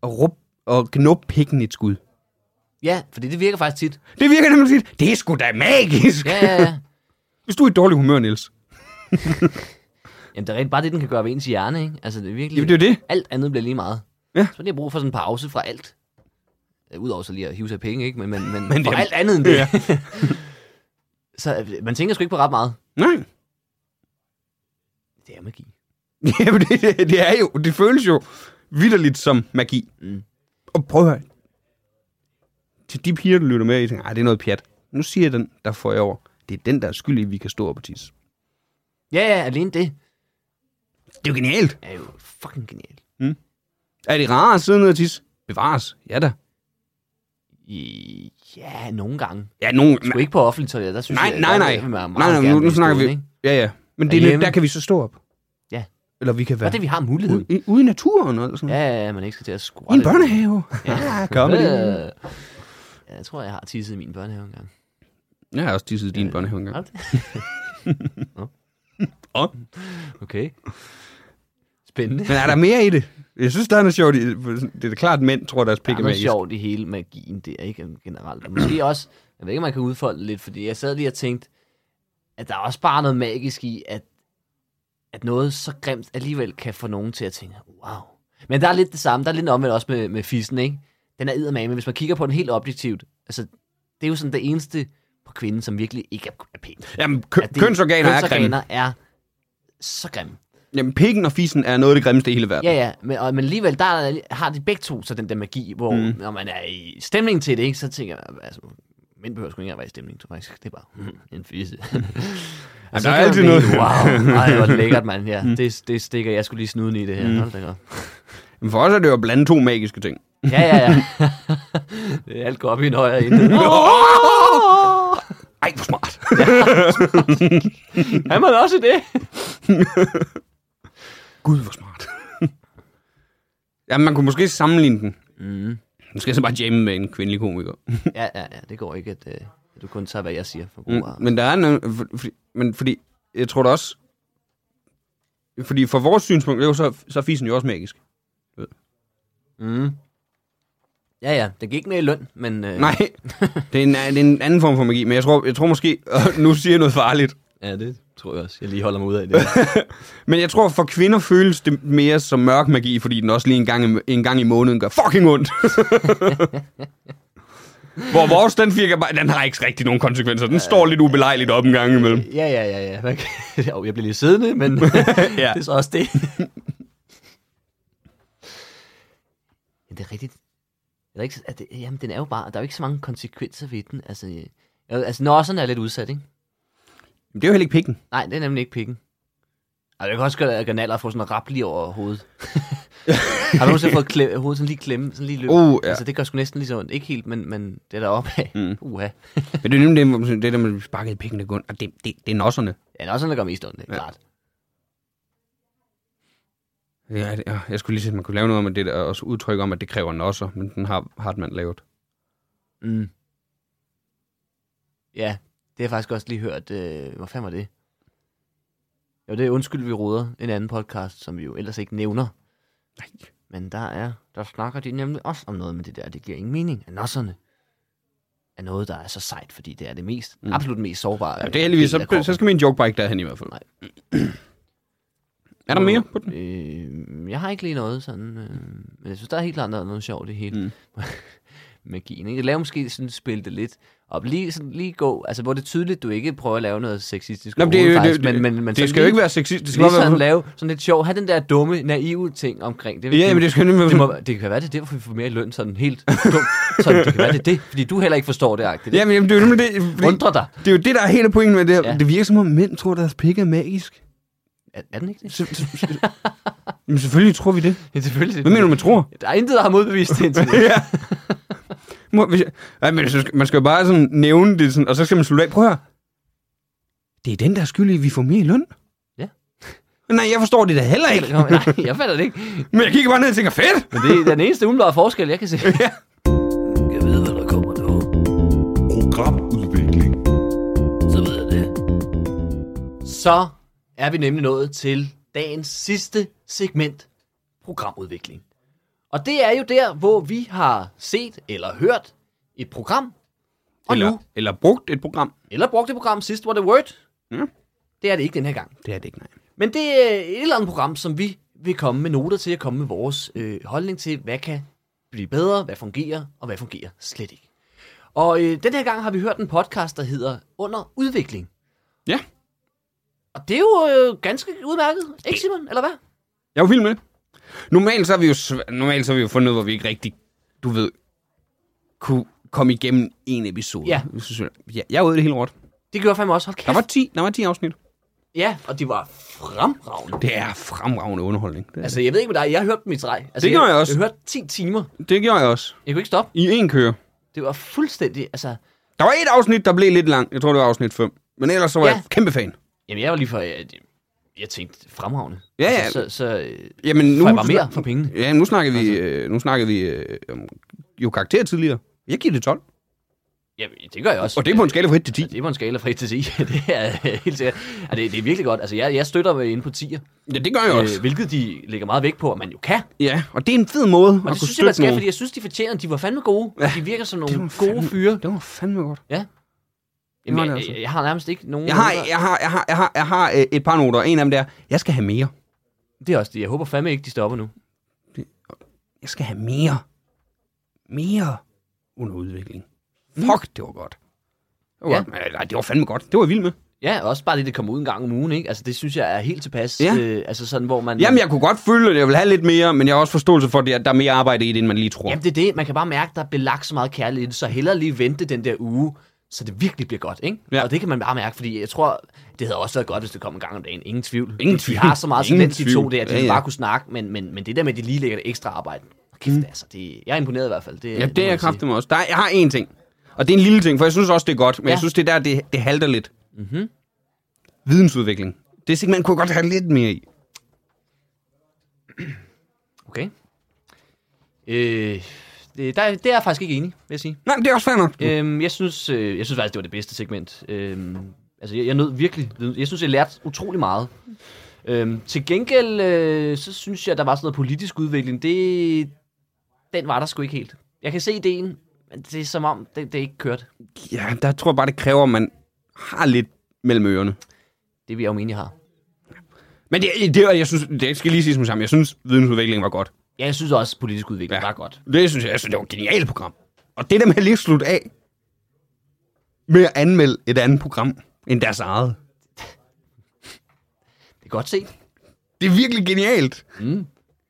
S1: og rup og gnub pikken et skud.
S3: Ja, fordi det virker faktisk tit.
S1: Det virker nemlig tit. Det er sgu da magisk.
S3: Ja, ja, ja.
S1: Hvis du er i dårlig humør, Niels.
S3: Jamen, det er rent bare det, den kan gøre ved ens hjerne, ikke? Altså, det er virkelig...
S1: Jamen, det er jo det.
S3: Alt andet bliver lige meget.
S1: Ja.
S3: Så man har brug for sådan en pause fra alt. Øh, Udover så lige at hive sig af penge, ikke? Men, men,
S1: [LAUGHS]
S3: men,
S1: Men
S3: men fra
S1: jamen-
S3: alt andet end det.
S1: Ja.
S3: [LAUGHS] så øh, man tænker sgu ikke på ret meget.
S1: Nej. [LAUGHS]
S3: Det er magi.
S1: Jamen, det, det, det, er jo, det føles jo vidderligt som magi.
S3: Mm.
S1: Og prøv at høre. Til de piger, der lytter med, I tænker, "Ej, det er noget pjat. Nu siger jeg den, der får jeg over. Det er den, der er skyldig, i, at vi kan stå op og tisse.
S3: Ja, ja, alene det
S1: Det er jo genialt.
S3: er jo fucking genialt.
S1: Er det rarere at sidde ned og tisse? Bevares. Ja da.
S3: I- Ja, nogle gange.
S1: Ja, nogen...
S3: Sgu ikke på offentlig toilet, der synes
S1: Nej,
S3: jeg,
S1: nej,
S3: der
S1: nej.
S3: vil jeg
S1: Nej,
S3: meget
S1: nej,
S3: gerne
S1: nu, nu
S3: blive
S1: snakker
S3: stående,
S1: vi...
S3: ikke?
S1: Ja, ja. Men det, er-
S3: Derhjemme.
S1: der kan vi så stå op.
S3: Ja.
S1: Eller vi kan
S3: Og
S1: være
S3: det, vi har muligheden.
S1: ude, i- ude i naturen eller sådan noget.
S3: Ja, ja, ja, man ikke skal til at squatte.
S1: I en børnehave. [LAUGHS] Ja, kom med det.
S3: Øh, ja, jeg tror, jeg har tisset i min børnehave engang.
S1: Jeg har også tisset i din børnehave engang.
S3: Har du det? Nå.
S1: Åh.
S3: Okay. Spændende.
S1: Men er der mere i det? Jeg synes, der er noget sjovt i det. Det er da klart, at mænd tror, deres pik
S3: Det
S1: er
S3: er noget
S1: magisk.
S3: sjovt i hele magien der, ikke generelt. Og måske også, jeg ved ikke, om man kan udfolde det lidt, fordi jeg sad lige og tænkte, at der er også bare noget magisk i, at, at noget så grimt alligevel kan få nogen til at tænke, wow. Men der er lidt det samme, der er lidt omvendt også med, med fissen, ikke? Den er eddermame, hvis man kigger på den helt objektivt. Altså, det er jo sådan det eneste på kvinden, som virkelig ikke er, er pænt.
S1: Jamen, kø-
S3: At det-
S1: kønsorganer er grimme.
S3: kønsorganer er så grimme.
S1: Jamen, pikken og fisen er noget af det grimmeste i hele verden.
S3: Ja, ja, men, og, men alligevel, der er, har de begge to så den der magi, hvor mm. når man er i stemning til det, ikke, så tænker jeg, altså, mænd behøver sgu ikke engang være i stemning, til faktisk. Det er bare [LAUGHS] hmm, en fisse. Og så
S1: der er altid
S3: kan man blive,
S1: noget.
S3: Wow, [LAUGHS] ej, hvor lækkert, mand. Ja, mm. det, det stikker jeg skulle lige snuden i det her. Mm. Hold da godt.
S1: Men for os er det jo at blande to magiske ting.
S3: Ja, ja, ja. [LAUGHS] det er alt går op i en højere [LAUGHS] ende.
S1: Ej, hvor smart.
S3: er man også det?
S1: Gud, hvor smart. [LAUGHS] Jamen, man kunne måske sammenligne den.
S3: Mm.
S1: Måske så bare jamme med en kvindelig komiker.
S3: Ja, ja, ja, det går ikke, at, øh, at du kun tager, hvad jeg siger for gode varer.
S1: Mm, men der er noget, for, fordi, men fordi, jeg tror da også, fordi fra vores synspunkt, det er jo så, så er fisen jo også magisk.
S3: Mm. Ja, ja, det gik med i løn, men... Øh,
S1: Nej, det er, en, det er en anden form for magi, men jeg tror, jeg tror måske, og nu siger jeg noget farligt,
S3: Ja, det tror jeg også. Jeg lige holder mig ud af det.
S1: men jeg tror, for kvinder føles det mere som mørk magi, fordi den også lige en gang i, en gang i måneden gør fucking [LAUGHS] ondt. Hvor vores, den, fik, bare- den har ikke rigtig nogen konsekvenser. Den står lidt ubelejligt op en gang imellem.
S3: [LAUGHS] ja, ja, ja, ja. Man kan- [LAUGHS] Jo, jeg bliver lige siddende, [LAUGHS] men ja. det er så også det. [LAUGHS] ja, det er rigtigt. Er der ikke, er det, jamen, den er jo bare... Der er jo ikke så mange konsekvenser ved den. Altså, øh, jo, altså nosserne er lidt udsat, ikke?
S1: Men det er jo heller ikke pikken.
S3: Nej, det er nemlig ikke pikken. Og det kan også gøre, at granaler får sådan en rap lige over hovedet. [LAUGHS] har du nogensinde fået klem, hovedet sådan lige klemme, sådan lige løb?
S1: Uh, ja.
S3: Altså, det gør sgu næsten lige så ondt. Ikke helt, men, men det er der op af. Mm. [LAUGHS] Uha.
S1: Men det er nemlig det, hvor man siger, det der, man bliver sparket i pikken, det, er kun- og det, det, det er nosserne.
S3: Ja, nosserne gør mest ondt, det er
S1: Ja.
S3: ja. klart.
S1: Ja, det- ja, jeg skulle lige se, at man kunne lave noget om at det der, og så udtryk om, at det kræver nosser, men den har Hartmann lavet.
S3: Mm. Ja, det har jeg faktisk også lige hørt. Øh, hvor fanden var det? Jo, det er Undskyld, vi råder. En anden podcast, som vi jo ellers ikke nævner.
S1: Nej.
S3: Men der er, der snakker de nemlig også om noget med det der. Det giver ingen mening. At nosserne er noget, der er så sejt, fordi det er det mest, mm. absolut mest sårbare.
S1: Ja, det er heldigvis,
S3: del af
S1: så,
S3: kroppen.
S1: så skal min joke bare ikke derhen i hvert fald.
S3: Nej.
S1: er der mere på den?
S3: Øh, jeg har ikke lige noget sådan, øh, [LAUGHS] men jeg synes, der er helt klart noget, noget sjovt i hele mm. magien. Ikke? Lad måske sådan spille det lidt Og lige, sådan, lige gå, altså hvor det er tydeligt, du ikke prøver at lave noget sexistisk
S1: Nå, men det, er jo-
S3: overhovedet,
S1: det,
S3: faktisk,
S1: det,
S3: men, men, men
S1: det
S3: så
S1: skal jo
S3: lige-
S1: ikke være sexist. Det skal
S3: Lige
S1: bare
S3: sådan
S1: være...
S3: lave sådan lidt sjov. Have den der dumme, naive ting omkring det.
S1: Ja, men det skal nemlig
S3: det, må, det kan være, det er derfor, vi får mere i løn sådan helt dumt. Sådan, det kan være, det er det, fordi du heller ikke forstår det, agtigt.
S1: Jamen, jamen, det er jo nemlig det. Fordi,
S3: Undre dig.
S1: det er jo det, der er hele pointen med det her.
S3: Ja.
S1: Ja. Det virker som om, mænd tror, deres pik er magisk.
S3: Er, er den ikke det? [LAUGHS]
S1: Så, så, så, jamen, selvfølgelig tror vi det.
S3: Ja, selvfølgelig.
S1: Hvad mener du, man tror?
S3: Der er intet, der har modbevist
S1: [LAUGHS]
S3: det indtil nu.
S1: ja. Må, hvis jeg, ej, men så skal, man skal jo bare sådan nævne det, sådan, og så skal man slutte af. Prøv at høre. Det er den, der er skyldig, at vi får mere i løn.
S3: Ja.
S1: [LAUGHS] Nej, jeg forstår det da heller ikke.
S3: Nej, jeg fatter det ikke.
S1: Men jeg kigger bare ned og tænker, fedt!
S3: Men det er den eneste umiddelbare forskel, jeg kan se.
S1: [LAUGHS] Ja.
S5: Jeg ved, hvad der kommer nu.
S4: Programudvikling.
S5: Så ved jeg det.
S3: Så er vi nemlig nået til dagens sidste segment, programudvikling. Og det er jo der, hvor vi har set eller hørt et program, og
S1: Eller,
S3: nu,
S1: eller brugt et program.
S3: eller brugt et program sidst, var det Word.
S1: Mm.
S3: Det er det ikke den her gang.
S1: Det er det ikke, nej.
S3: Men det er et eller andet program, som vi vil komme med noter til at komme med vores øh, holdning til, hvad kan blive bedre, hvad fungerer, og hvad fungerer slet ikke. Og øh, den her gang har vi hørt en podcast, der hedder Under Udvikling.
S1: Ja,
S3: Og det er jo øh, ganske udmærket, ikke Simon, eller hvad?
S1: jeg var vild med det. Normalt så har vi jo, sv- normalt så har vi jo fundet ud, hvor vi ikke rigtig, du ved, kunne komme igennem en episode.
S3: Ja.
S1: Jeg synes, jeg, jeg er ude i det hele råt.
S3: Det gjorde jeg fandme også. Hold kæft.
S1: Der var 10, der var 10 afsnit.
S3: Ja, og de var fremragende.
S1: Det er fremragende underholdning. Det, er
S3: Altså, jeg ved ikke med dig, jeg hørte dem i træ. Altså,
S1: Det gjorde jeg også.
S3: Jeg hørte 10 timer.
S1: det. det gjorde jeg også.
S3: Jeg kunne ikke stoppe.
S1: I en køre.
S3: Det var fuldstændig, altså...
S1: Der var et afsnit, der blev lidt langt. Jeg tror, det var afsnit 5. Men ellers så var
S3: Ja.
S1: ja. jeg kæmpe fan.
S3: Jamen, jeg var lige for... Jeg, jeg tænkte, fremragende.
S1: Ja, ja.
S3: Altså, så, så øh,
S1: Jamen, nu,
S3: får jeg bare mere Altså. for pengene.
S1: Ja, nu snakkede vi, øh, nu snakkede vi øh, om jo karakter tidligere. Jeg giver det 12.
S3: Jamen, det gør jeg også.
S1: Og det er på en skala fra 1 til 10.
S3: Ja, Det er på en skala fra 1 til 10. [LAUGHS] det er helt sikkert. Ja, det, det er virkelig godt. Altså, jeg, jeg støtter mig inde på 10'er.
S1: Ja, det gør jeg også.
S3: Øh, hvilket de lægger meget vægt på, at man jo kan.
S1: Ja, og det er en fed måde
S3: Og
S1: at
S3: det
S1: kunne
S3: synes jeg,
S1: støtte
S3: man skal,
S1: nogen.
S3: fordi jeg synes, de fortjener, de var fandme gode. Ja, de virker som nogle
S1: var
S3: gode
S1: fandme-
S3: fyre.
S1: Det var fandme godt.
S3: Jamen,
S1: var
S3: jeg,
S1: det altså.
S3: jeg, jeg, har nærmest ikke nogen...
S1: Jeg har,
S3: andre-
S1: jeg har, jeg har, jeg har, jeg har øh, et par noter. En af dem der, jeg skal have mere.
S3: Det er også det. Jeg håber fandme ikke, de stopper nu.
S1: Jeg skal have mere. Mere under udvikling. Fuck, det var godt. Det var,
S3: Mm. Ja.
S1: ja. godt. Men, nej, det var fandme godt. Det var jeg vild med.
S3: Ja, og også bare det, det kommer ud en gang om ugen, ikke? Altså, det synes jeg er helt tilpas.
S1: Ja.
S3: Øh, altså sådan, hvor man...
S1: Jamen, jeg kunne godt føle, at jeg ville have lidt mere, men jeg har også forståelse for, at der er mere arbejde i det, end man lige tror.
S3: Jamen, det er det. Man kan bare mærke, der er belagt så meget kærlighed i det, så hellere lige vente den der uge, så det virkelig bliver godt, ikke?
S1: Ja.
S3: Og det kan man bare mærke, fordi jeg tror, det havde også været godt, hvis det kom en gang om dagen. Ingen tvivl.
S1: Ingen
S3: De
S1: tvivl.
S3: har så
S1: [LAUGHS]
S3: meget
S1: Ingen
S3: talent, de to
S1: tvivl.
S3: der, at de
S1: Ja,
S3: ja,
S1: ja.
S3: bare kunne snakke, men, men, men det der med, at de lige lægger det ekstra arbejde. Åh, Kæft, mm. altså, det, jeg er imponeret i hvert fald. Det,
S1: Ja, det er
S3: må
S1: jeg
S3: sige.
S1: kraftig også. Der er, jeg har én ting. Og det er en lille ting, for jeg synes også, det er godt. Men ja.
S3: Ja.
S1: jeg synes, det er der, det, det halter lidt. Mm-hmm. Vidensudvikling. Det segment kunne jeg godt have lidt mere i.
S3: Okay. Øh, det, der, det er jeg faktisk ikke enig, vil jeg sige.
S1: Nej, men det er også fair nok.
S3: Øhm, jeg, synes, øh, jeg synes faktisk, det var det bedste segment. Øhm, altså, jeg, jeg nød virkelig. Jeg synes, jeg lærte utrolig meget. Øhm, til gengæld, øh, så synes jeg, der var sådan noget politisk udvikling. Det, den var der sgu ikke helt. Jeg kan se ideen, men det er som om, det, det er ikke kørt.
S1: Ja, der tror jeg bare, det kræver, at man har lidt mellem ørerne.
S3: Det vi jeg jo mene, jeg har.
S1: Men det, det, var- jeg synes, det skal lige sige som sammen. Jeg synes, vidensudvikling var godt.
S3: Ja, jeg synes også, politisk udvikling
S1: Ja.
S3: ja. var godt.
S1: Det synes jeg, jeg synes, det var et genialt program. Og det der med at lige slutte af med at anmelde et andet program end deres eget.
S3: Det er godt set.
S1: Det er virkelig genialt.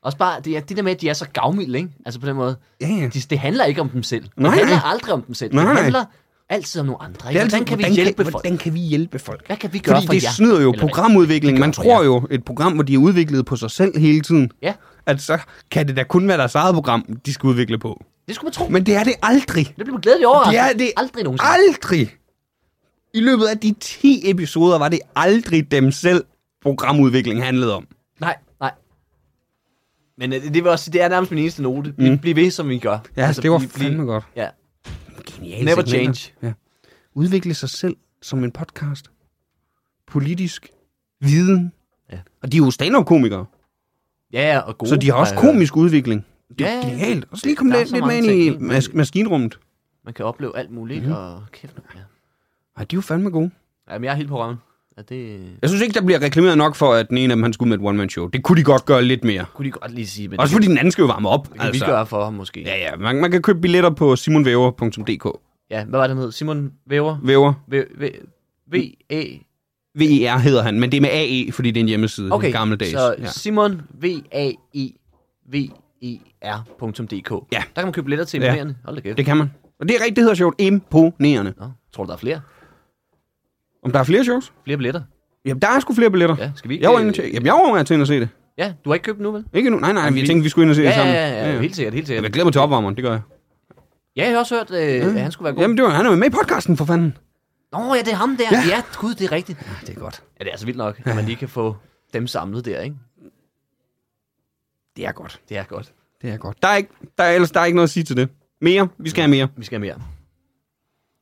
S3: Også bare det, er- det der med, at de er så gavmilde, ikke? Altså på den måde.
S1: Ja, ja.
S3: De, det handler ikke om dem selv. Det
S1: Nej, nej.
S3: handler aldrig om dem selv.
S1: Nej,
S3: Det
S1: nej.
S3: handler altid om nogle andre.
S1: Det
S3: Ikke?
S1: er altid,
S3: Hvordan kan vi hjælpe
S1: kan,
S3: folk?
S1: Hvordan kan vi hjælpe folk?
S3: Hvad kan vi gøre
S1: Fordi
S3: for
S1: det
S3: jer?
S1: snyder jo
S3: Eller hvad?
S1: programudviklingen. Man
S3: Gør for jer.
S1: tror jo, et program, hvor de er udviklet på sig selv hele tiden,
S3: Ja,
S1: at så kan det da kun være deres eget program, de skal udvikle på.
S3: det skulle man tro.
S1: Men det er det aldrig.
S3: Det blev man glædeligt overrasket.
S1: Det er det
S3: Aldrig nogensinde.
S1: Aldrig! I løbet af de 10 episoder var det aldrig dem selv, programudvikling handlede om.
S3: Nej, nej. Men øh, det, vil også, det er nærmest min eneste note. Bliv, mm. bliv ved, som vi gør.
S1: Ja, altså, det var
S3: bliv- bliv-
S1: fandme godt.
S3: Ja.
S1: Genialt.
S3: Never change.
S1: Ja. Udvikle sig selv som en podcast. Politisk. Viden.
S3: Ja.
S1: Ja. Og de er jo stand-up-komikere.
S3: Ja, ja, og øh, gode.
S1: Så de har også
S3: jeg hørt.
S1: komisk udvikling. Det er
S3: Ja,
S1: ja,
S3: ja.
S1: genialt. Og så lige komme
S3: Der er
S1: lidt,
S3: så
S1: lidt med
S3: mange
S1: ind i
S3: ting, ikke?
S1: mas- maskinrummet.
S3: Man kan opleve alt muligt,
S1: Mhm.
S3: mm. og kæft. Ja.
S1: Ej, de er jo fandme gode.
S3: Jamen, jeg er helt på røven. Ja, det øh,
S1: Jeg synes ikke, der bliver reklameret nok for, at den ene af dem han skulle med et one-man-show. Det kunne de godt gøre lidt mere.
S3: kunne de godt lige sige, men
S1: Også fordi den anden skal jo varme op. altså.
S3: det kan vi gøre for ham måske.
S1: Ja, ja. Man, man kan købe billetter på simonvæver.dk.
S3: Ja, hvad var det, han hed? Simon Væver?
S1: Væver.
S3: V- V- V-A...
S1: VER hedder han, men det er med AE, fordi det er en hjemmeside. Okay,
S3: Okay,
S1: gammeldags.
S3: så
S1: ja.
S3: Simon E V-A-E-V-E-R.dk.
S1: Ja.
S3: Der kan man købe billetter til
S1: Ja.
S3: imponerende. Hold da kæft.
S1: Det kan man. Og det er rigtigt, det hedder sjovt. Imponerende.
S3: Nå, tror du, der er flere?
S1: Om der er flere shows?
S3: Flere billetter?
S1: Jamen, der er sgu flere billetter.
S3: Ja, skal vi ikke...
S1: Jeg
S3: øh,
S1: var inde til, jamen, jeg overvejer til ind og se det.
S3: Ja, du har ikke købt den nu, vel?
S1: Ikke nu. Nej, nej,
S3: Jamen,
S1: vi
S3: vi-
S1: tænkte, vi skulle ind og se
S3: Ja,
S1: det
S3: ja,
S1: sammen.
S3: ja, ja, ja, helt sikkert, helt
S1: Jeg
S3: sikkert.
S1: glæder mig til opvarmeren, det gør jeg.
S3: Ja, jeg har også hørt, øh, at han skulle være god.
S1: Jamen, det var, han er jo med i podcasten, for fanden.
S3: Nå, ja, det er ham der. Ja, ja gud, det er rigtigt. Ja, det er godt. Ja, det er altså vildt nok, at man lige kan få dem samlet der, ikke?
S1: Det er godt.
S3: Det er godt.
S1: Det er godt. Der er, ikke, der er ellers der er ikke noget at sige til det. Mere. Vi skal have mere.
S3: Vi skal have mere.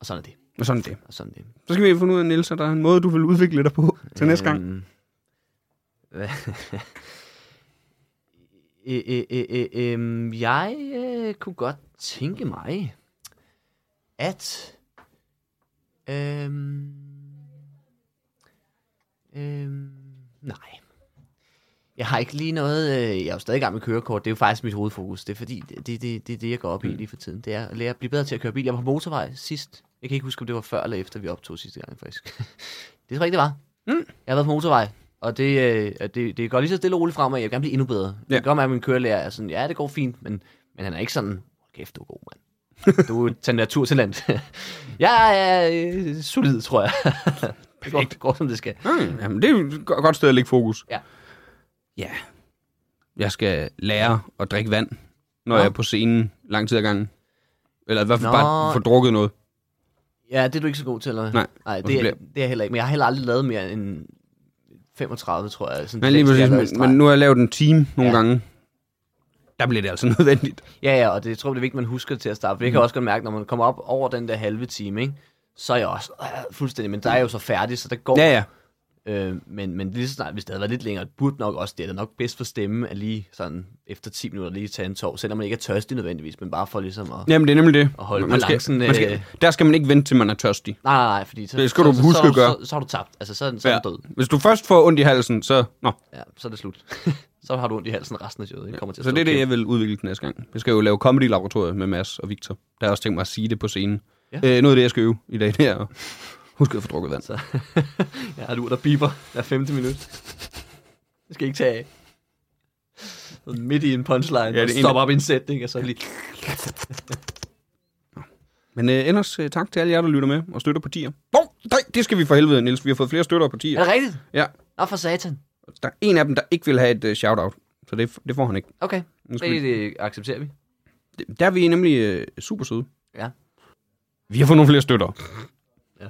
S3: Og sådan er det.
S1: Og sådan er det.
S3: Og sådan er det.
S1: Så skal vi finde ud af, Niels, at der er en måde, du vil udvikle dig på til næste gang.
S3: Øhm, [LAUGHS] hvad- Øh, øh, øh, øh, øhm, jeg øh, kunne godt tænke mig, at øhm, øhm, nej, jeg har ikke lige noget, øh, jeg er jo stadig i gang med kørekort, det er jo faktisk mit hovedfokus, det er fordi, det det, det, det, er det jeg går op i lige for tiden, det er at lære at blive bedre til at køre bil, jeg var på motorvej sidst, jeg kan ikke huske, om det var før eller efter, vi optog sidste gang faktisk, [LAUGHS] det tror jeg ikke, det var, jeg har været på motorvej, og det, øh, og det, det går lige så stille og roligt fremad. Jeg vil gerne blive endnu bedre. Ja.
S1: Ja.
S3: Det gør mig, at min kørelærer er sådan, ja, det går fint, men, men han er ikke sådan, "Hold kæft, du er god, mand. Du er et naturtalent. [LAUGHS] jeg er øh, solid, tror jeg. det går, går, som det skal.
S1: Mm, jamen, det er jo et go- godt sted at lægge fokus.
S3: Ja.
S1: Ja. Jeg skal lære at drikke vand, når
S3: Nå.
S1: jeg er på scenen lang tid ad gangen. Eller i hvert fald
S3: Nå.
S1: bare få drukket noget.
S3: Ja, det er du ikke så god til, eller hvad?
S1: Nej.
S3: Nej det,
S1: Hvorfor
S3: er,
S1: bliver-
S3: det er jeg heller ikke. Men jeg har heller aldrig lavet mere end 35, tror jeg. Sådan
S1: Nej,
S3: det
S1: lige
S3: længste, jeg har lavet i
S1: præcis. Men,
S3: streg.
S1: men nu har jeg lavet en time nogle
S3: Ja.
S1: ja. gange. Der bliver det altså nødvendigt.
S3: Ja, ja, og det jeg tror jeg, det er vigtigt, man husker til at starte. For det kan
S1: Mhm.
S3: jeg også godt mærke, når man kommer op over den der halve time, ikke? så er jeg også øh, fuldstændig, men der er jeg jo så færdig, så der går
S1: Ja, ja.
S3: Øh, men, men lige så snart, hvis det havde været lidt længere, burde nok også det. Det er nok bedst for stemme at lige sådan efter 10 minutter lige tage en tår, selvom man ikke er tørstig nødvendigvis, men bare for ligesom at... Ja.
S1: Jamen, det er nemlig det.
S3: Og holde
S1: man skal,
S3: balancen,
S1: man skal,
S3: øh,
S1: der skal man ikke vente, til man er tørstig.
S3: Nej, nej, nej, fordi så,
S1: Det skal
S3: så,
S1: du
S3: så,
S1: huske
S3: så,
S1: at gøre.
S3: Så, så, så er du tabt. Altså, så, så er du død.
S1: Hvis du først får ondt i halsen, så... Nå,
S3: Ja, så er det slut. [LAUGHS] så har du ondt i halsen resten af showet. ikke? Kommer til at
S1: så
S3: stå
S1: det er det,
S3: kæmpe.
S1: jeg vil udvikle til næste gang. Jeg skal jo lave comedy-laboratoriet med Mads og Victor. Der har også tænkt mig at sige det på scenen.
S3: Ja.
S1: Ja. Øh, noget af det, jeg skal øve i dag, det er at huske at få drukket vand.
S3: Så- [LAUGHS] Jeg har et ur, der biber hver femte minut. Det skal jeg ikke tage af. Sådan midt i en punchline, ja,
S1: det er
S3: det
S1: en-
S3: stopper op i en sætning, og så lige...
S1: Men øh, ellers øh, tak til alle jer, der lytter med og støtter partier. Nå, nej, det skal vi for helvede, Niels. Vi har fået flere støtter og partier.
S3: Er det rigtigt?
S1: Ja,
S3: Nå, for satan.
S1: der er en af dem, der ikke vil have et øh, shout-out. Så det, det får han ikke.
S3: Okay,
S1: Nu skal vi-
S3: det, det accepterer vi.
S1: Det- Der er vi nemlig øh, super søde.
S3: Ja.
S1: Vi har fået nogle flere støtter.
S3: Ja.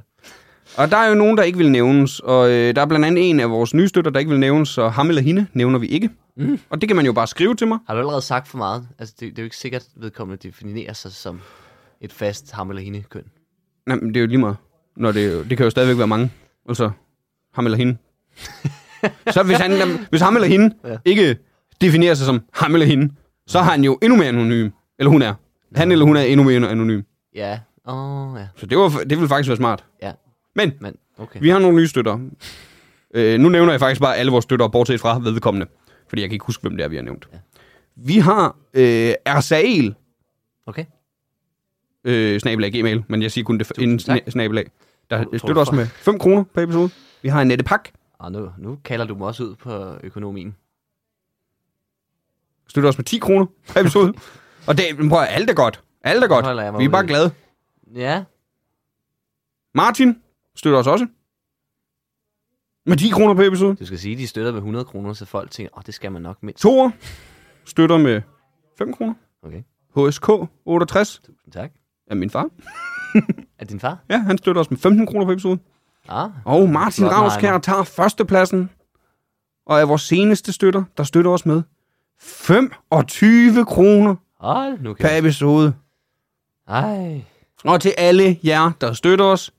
S1: Og der er jo nogen, der ikke vil nævnes, og øh, der er blandt andet en af vores nye støtter, der ikke vil nævnes, så ham eller hende nævner vi ikke. Mm. Og det kan man jo bare skrive til mig.
S3: Har du allerede sagt for meget? Altså, det, det er jo ikke sikkert, at vedkommende definerer sig som et fast ham eller hende køn.
S1: Nej, men det er jo lige meget. Nå, det, er jo, det kan jo stadigvæk være mange. Altså, ham eller [LAUGHS] hende. så hvis, han, hvis ham eller hende ja. ikke definerer sig som ham eller hende, så har han jo endnu mere anonym. Eller hun er. Han eller hun er endnu mere anonym.
S3: Ja. Åh, oh, ja.
S1: Så det, var, det ville faktisk være smart.
S3: Ja,
S1: Men
S3: men okay.
S1: Vi har nogle nye støtter. Øh, nu nævner jeg faktisk bare alle vores støtter, bortset fra vedkommende. Fordi jeg kan ikke huske, hvem det er, vi har nævnt. Vi har øh, Arsael,
S3: Okay.
S1: øh, snabelag gmail, men jeg siger kun det f- inden
S3: tak.
S1: sna- snabelag. Der
S3: Tror- tror du
S1: støtter os
S3: for-
S1: med 5 kroner per episode. Vi har Annette Pak,
S3: Og nu, nu kalder du mig også ud på økonomien.
S1: støtter os med 10 kroner per
S3: [LAUGHS]
S1: episode. Og det, men prøv at, høre, alt er godt. Alt er
S3: holder jeg mig
S1: godt. Vi er bare
S3: ude.
S1: glade.
S3: Ja.
S1: Martin støtter os også. Med 10 kroner per episode.
S3: Du skal sige, at de støtter med 100 kroner, så folk tænker, åh, oh, det skal man nok mindst.
S1: Thor støtter med 5 kroner.
S3: Okay.
S1: HSK 68
S3: Tusind tak.
S1: er min far.
S3: Er det din far?
S1: Ja, han støtter os med 15 kroner per episode.
S3: Ah,
S1: Og Martin
S3: Flot,
S1: Ravskær
S3: Heimer.
S1: tager førstepladsen. Og er vores seneste støtter, der støtter os med 25 kroner
S3: hold nu kan
S1: per
S3: jeg.
S1: episode.
S3: Ej,
S1: Og til alle jer, der støtter os,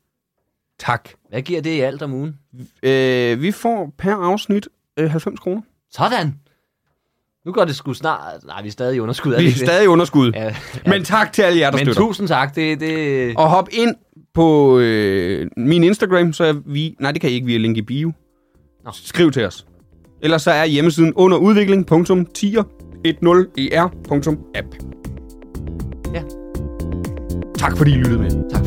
S1: tak.
S3: hvad giver det i alt om ugen?
S1: Øh, vi får per afsnit øh, 90 kroner.
S3: Sådan! Nu går det sgu snart... Nej, vi er stadig i underskud. er
S1: Vi er
S3: vi ikke det?
S1: stadig i underskud.
S3: Ja, ja.
S1: Men tak til alle jer, der
S3: men
S1: støtter.
S3: tusind tak, det... det...
S1: Og hop ind på øh, min Instagram, så er vi... Nej, det kan I ikke, vi er link i bio.
S3: Nå.
S1: Skriv til os. Ellers så er hjemmesiden under e udvikling.tier10er.app.
S3: Ja.
S1: Tak fordi I lyttede med.
S3: Tak.